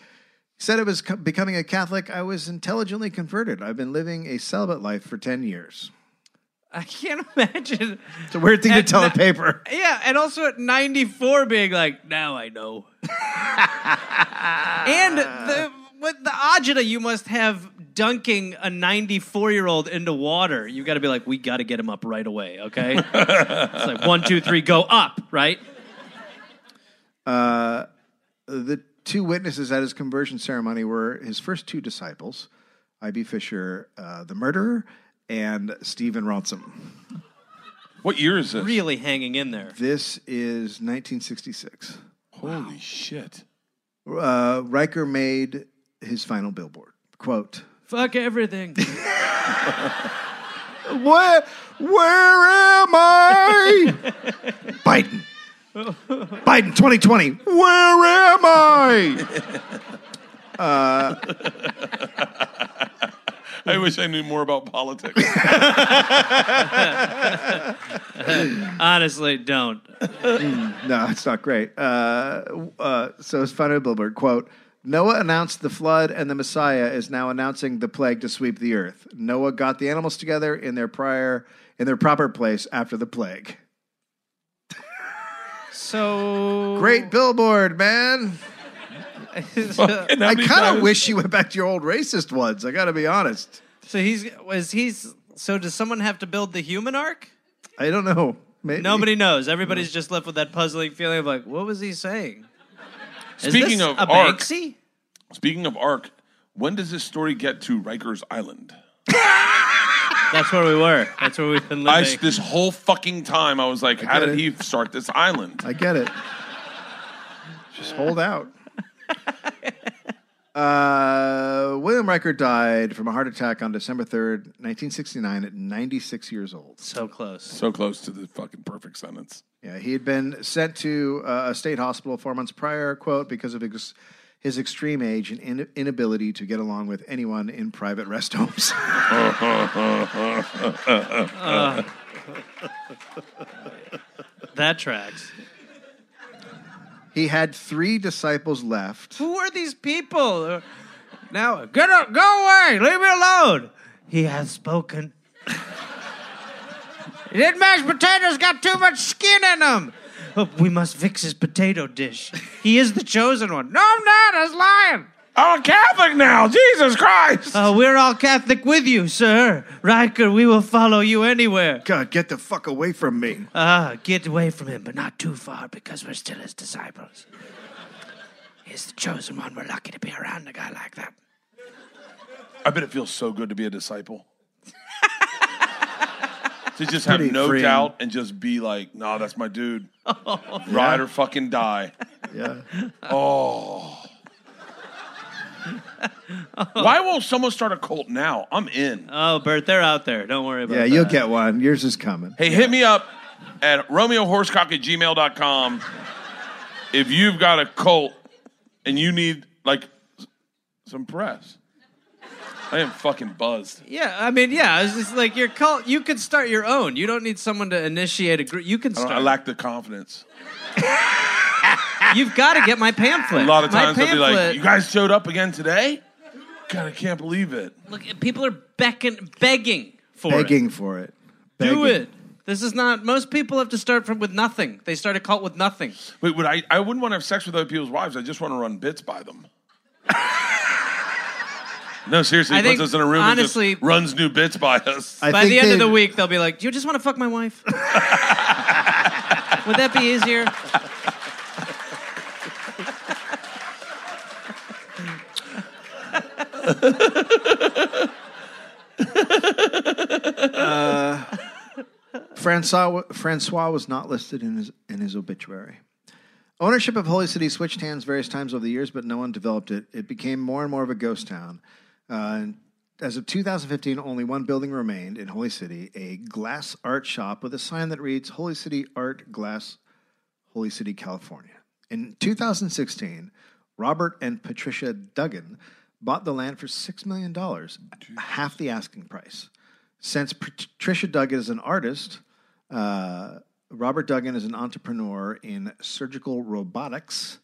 Speaker 1: Said it was co- becoming a Catholic. I was intelligently converted. I've been living a celibate life for 10 years.
Speaker 2: I can't imagine.
Speaker 1: It's a weird thing to
Speaker 2: And
Speaker 1: tell a
Speaker 2: no-
Speaker 1: paper.
Speaker 2: Yeah, and also at 94 being like, now I know. and the, what the agita you must have dunking a 94 year old into water. You've got to be like, we got to get him up right away, okay? it's like, one, two, three, go up, right?
Speaker 1: the two witnesses at his conversion ceremony were his first two disciples, I.B. Fisher, uh, the murderer, and Stephen Ronson.
Speaker 3: What year is this?
Speaker 2: Really hanging in there.
Speaker 1: This is 1966.
Speaker 3: Holy shit.
Speaker 1: Uh, Riker made his final billboard. Quote,
Speaker 2: Fuck everything.
Speaker 1: Where, where am I? Biden. Biden 2020. Where am I?
Speaker 3: I wish I knew more about politics.
Speaker 2: Honestly, don't.
Speaker 1: No, it's not great. Uh, uh, so it's funny billboard quote. Noah announced the flood, and the Messiah is now announcing the plague to sweep the earth. Noah got the animals together in their prior in their proper place after the plague.
Speaker 2: So.
Speaker 3: Oh.
Speaker 1: Great billboard, man.
Speaker 3: And how
Speaker 1: I
Speaker 3: many
Speaker 1: kind
Speaker 3: times-
Speaker 1: of wish you went back to your old racist ones. I got to be honest.
Speaker 2: So he's. Was he's. So does someone have to build the human arc?
Speaker 1: I don't know. Maybe.
Speaker 2: Nobody knows. Everybody's just left with that puzzling feeling of like, what was he saying?
Speaker 3: Speaking
Speaker 2: Is this
Speaker 3: of
Speaker 2: a
Speaker 3: arc-
Speaker 2: Banksy,
Speaker 3: Speaking of Ark, when does this story get to Rikers Island?
Speaker 2: that's where we were. That's where we've been
Speaker 3: I,
Speaker 2: living.
Speaker 3: this whole fucking time, I was like, how
Speaker 1: get
Speaker 3: did
Speaker 1: it.
Speaker 3: he start this island?
Speaker 1: I get it. Just hold out. Uh, William Riker died from a heart attack on December 3rd, 1969, at 96 years old.
Speaker 2: so close.
Speaker 3: So close to the fucking perfect sentence.
Speaker 1: Yeah, he had been sent to uh, a state hospital four months prior, quote, because of ex- his extreme age and in- inability to get along with anyone in private rest homes.
Speaker 2: That tracks.
Speaker 1: he had three disciples left.
Speaker 2: Who are these people? Now get up, go away, leave me alone. He has spoken. that mashed potatoes got too much skin in them. we must fix his potato dish. He is the chosen one. No, I'm not. I was lying.
Speaker 3: I'm a Catholic now. Jesus Christ.
Speaker 2: Uh, we're all Catholic with you, sir. Riker, we will follow you anywhere.
Speaker 1: God, get the fuck away from me.
Speaker 2: Ah, get away from him, but not too far because we're still his disciples. He's the chosen one. We're lucky to be around a guy like that.
Speaker 3: I bet it feels so good to be a disciple. to just have
Speaker 1: pretty
Speaker 3: no
Speaker 1: freeing.
Speaker 3: doubt and just be like, no, nah, that's my dude. Ride or fucking die. Oh.
Speaker 1: Yeah.
Speaker 3: Why won't someone start a cult now? I'm in.
Speaker 2: Oh, Bert, they're out there. Don't worry about
Speaker 1: Yeah, you'll get one. Yours is coming.
Speaker 3: Hey, hit me up at romeohorsecock at gmail.com if you've got a cult and you need, like, s- some press. I am fucking buzzed.
Speaker 2: Yeah, I mean, yeah, it's just like your cult. You could start your own. You don't need someone to initiate a group. You can
Speaker 3: I, don't-
Speaker 2: start.
Speaker 3: I lack the confidence.
Speaker 2: You've got to get my pamphlet.
Speaker 3: A lot of times
Speaker 2: my
Speaker 3: they'll be
Speaker 2: pamphlet,
Speaker 3: like, you guys showed up again today? God, I can't believe it.
Speaker 2: look, people are beckon, begging for it.
Speaker 1: Begging for it.
Speaker 2: Do
Speaker 1: Begging.
Speaker 2: it. This is not. Most people have to start from with nothing. They start a cult with nothing.
Speaker 3: Wait, would I? I wouldn't want to have sex with other people's wives. I just want to run bits by them. no, seriously,
Speaker 2: I
Speaker 3: he puts
Speaker 2: think,
Speaker 3: us in a room
Speaker 2: honestly-
Speaker 3: and just runs new bits by us.
Speaker 1: I
Speaker 2: By
Speaker 1: think
Speaker 2: the end
Speaker 1: they-
Speaker 2: of the week, they'll be like, "Do you just want to fuck my wife?" Would that be easier?
Speaker 1: Francois, Francois was not listed in his, in his obituary. Ownership of Holy City switched hands various times over the years, but no one developed it. It became more and more of a ghost town. Uh, and as of 2015, only one building remained in Holy City a glass art shop with a sign that reads Holy City Art Glass, Holy City, California. In 2016, Robert and Patricia Duggan bought the land for $6 million, half the asking price. Since Patricia Duggan is an artist, uh, Robert Duggan is an entrepreneur in surgical robotics,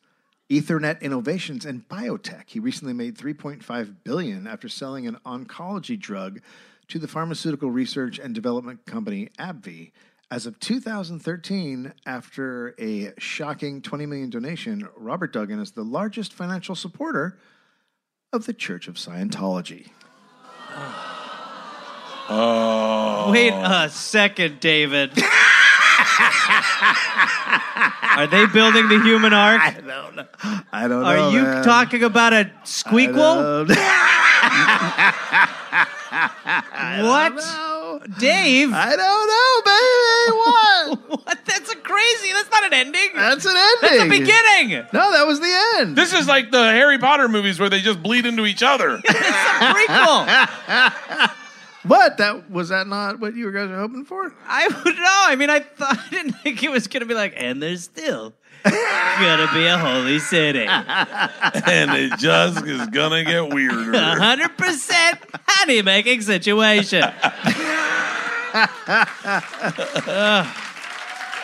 Speaker 1: Ethernet innovations, and biotech. He recently made 3.5 billion after selling an oncology drug to the pharmaceutical research and development company AbbVie. As of 2013, after a shocking 20 million donation, Robert Duggan is the largest financial supporter of the Church of Scientology.
Speaker 3: Oh,
Speaker 2: Wait a second, David. Are they building the human ark?
Speaker 1: don't know. I don't know.
Speaker 2: Are you
Speaker 1: man.
Speaker 2: talking about a
Speaker 1: I
Speaker 2: squeakquel?
Speaker 1: don't know.
Speaker 2: What, Dave?
Speaker 1: I don't know, baby. What?
Speaker 2: what? That's a crazy. That's not an ending.
Speaker 1: That's an
Speaker 2: That's the
Speaker 1: ending.
Speaker 2: beginning.
Speaker 1: No, that was the end.
Speaker 3: this is like the Harry Potter movies where they just bleed into each other.
Speaker 2: Prequel.
Speaker 1: but that was that not what you guys were hoping for?
Speaker 2: I don't know. I mean, I thought I didn't think it was gonna be like, and there's still gonna be a holy city.
Speaker 3: and it just is gonna get
Speaker 2: A
Speaker 3: weirder.
Speaker 2: hundred percent honey making situation.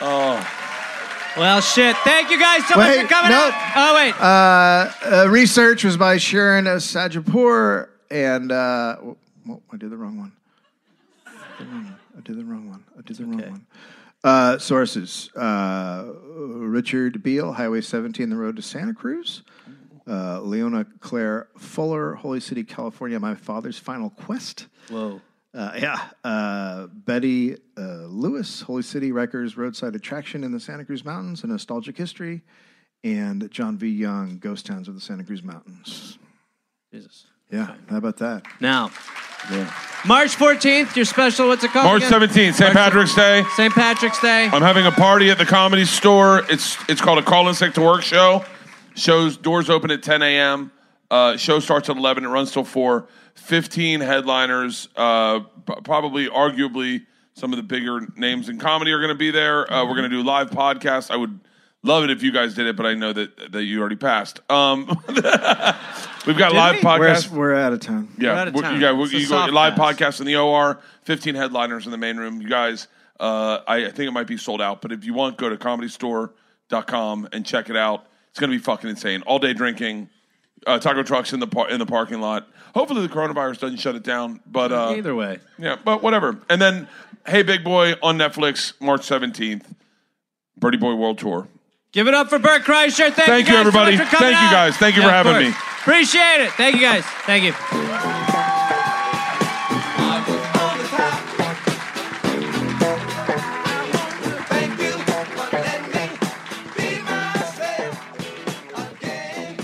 Speaker 2: Oh. Well, shit. Thank you guys so much
Speaker 1: Wait,
Speaker 2: for coming
Speaker 1: no.
Speaker 2: out. Oh wait,
Speaker 1: Uh, uh, research was by Sharon Sajapur and uh, w- w- I did the wrong one. I did the wrong one. I did the wrong one. Uh, sources: uh, Richard Beale, Highway 17, the road to Santa Cruz. Uh, Leona Claire Fuller, Holy City, California, My Father's Final Quest.
Speaker 2: Whoa.
Speaker 1: Uh, yeah. Uh, Betty uh, Lewis, Holy City Wreckers, Roadside Attraction in the Santa Cruz Mountains, A Nostalgic History. And John V. Young, Ghost Towns of the Santa Cruz Mountains.
Speaker 2: Jesus.
Speaker 1: Yeah. How about that?
Speaker 2: Now, March fourteenth, your special. What's it called?
Speaker 3: March
Speaker 2: again?
Speaker 3: 17th, St. Patrick's Day.
Speaker 2: St. Patrick's Day.
Speaker 3: I'm having a party at the comedy store. It's it's called a call in sick to work show. Shows doors open at 10 a.m. Uh, show starts at 11. It runs till four. 15 headliners, uh, p- probably arguably some of the bigger names in comedy are going to be there. Uh, we're going to do live podcasts. I would love it if you guys did it, but I know that that you already passed. Um, we've got live
Speaker 2: we?
Speaker 1: We're,
Speaker 3: podcasts.
Speaker 1: we're out of time.
Speaker 3: Yeah,
Speaker 2: We're out of
Speaker 3: we-
Speaker 2: time.
Speaker 3: you got we-
Speaker 2: It's a
Speaker 3: you go,
Speaker 2: soft
Speaker 3: live
Speaker 2: pass.
Speaker 3: podcast in the OR. Fifteen headliners in the main room. You guys, uh, I, I think it might be sold out, but if you want, go to comedystore.com and check it out. It's going to be fucking insane. All day drinking, uh, taco trucks in the par- in the parking lot. Hopefully, the coronavirus doesn't shut it down. But uh,
Speaker 2: Either way.
Speaker 3: yeah, but whatever. And then, hey, big boy on Netflix, March seventeenth, Birdie Boy World Tour.
Speaker 2: Give it up for Bert Kreischer. Thank,
Speaker 3: Thank
Speaker 2: guys
Speaker 3: you,
Speaker 2: so
Speaker 3: everybody.
Speaker 2: much for coming
Speaker 3: Thank you,
Speaker 2: out.
Speaker 3: guys. Thank you for
Speaker 2: of
Speaker 3: having
Speaker 2: course. Appreciate it. Thank you guys. Thank you.
Speaker 5: Thank you for letting me be myself again.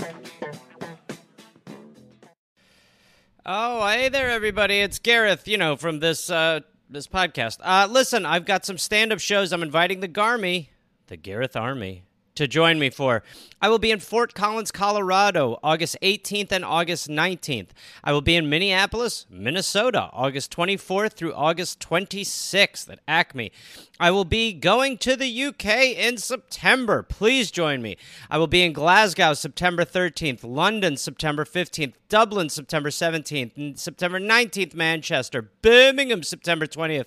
Speaker 6: Oh, hey there, everybody. It's Gareth, you know, from this uh, this podcast. Uh, listen, I've got some stand up shows I'm inviting the Garmy, the Gareth Army, to join me for. I will be in Fort Collins, Colorado, August 18th and August 19th. I will be in Minneapolis, Minnesota, August 24th through August 26th at Acme. I will be going to the UK in September. Please join me. I will be in Glasgow September 13th, London September 15th, Dublin September 17th, and September 19th, Manchester, Birmingham September 20th,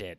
Speaker 2: it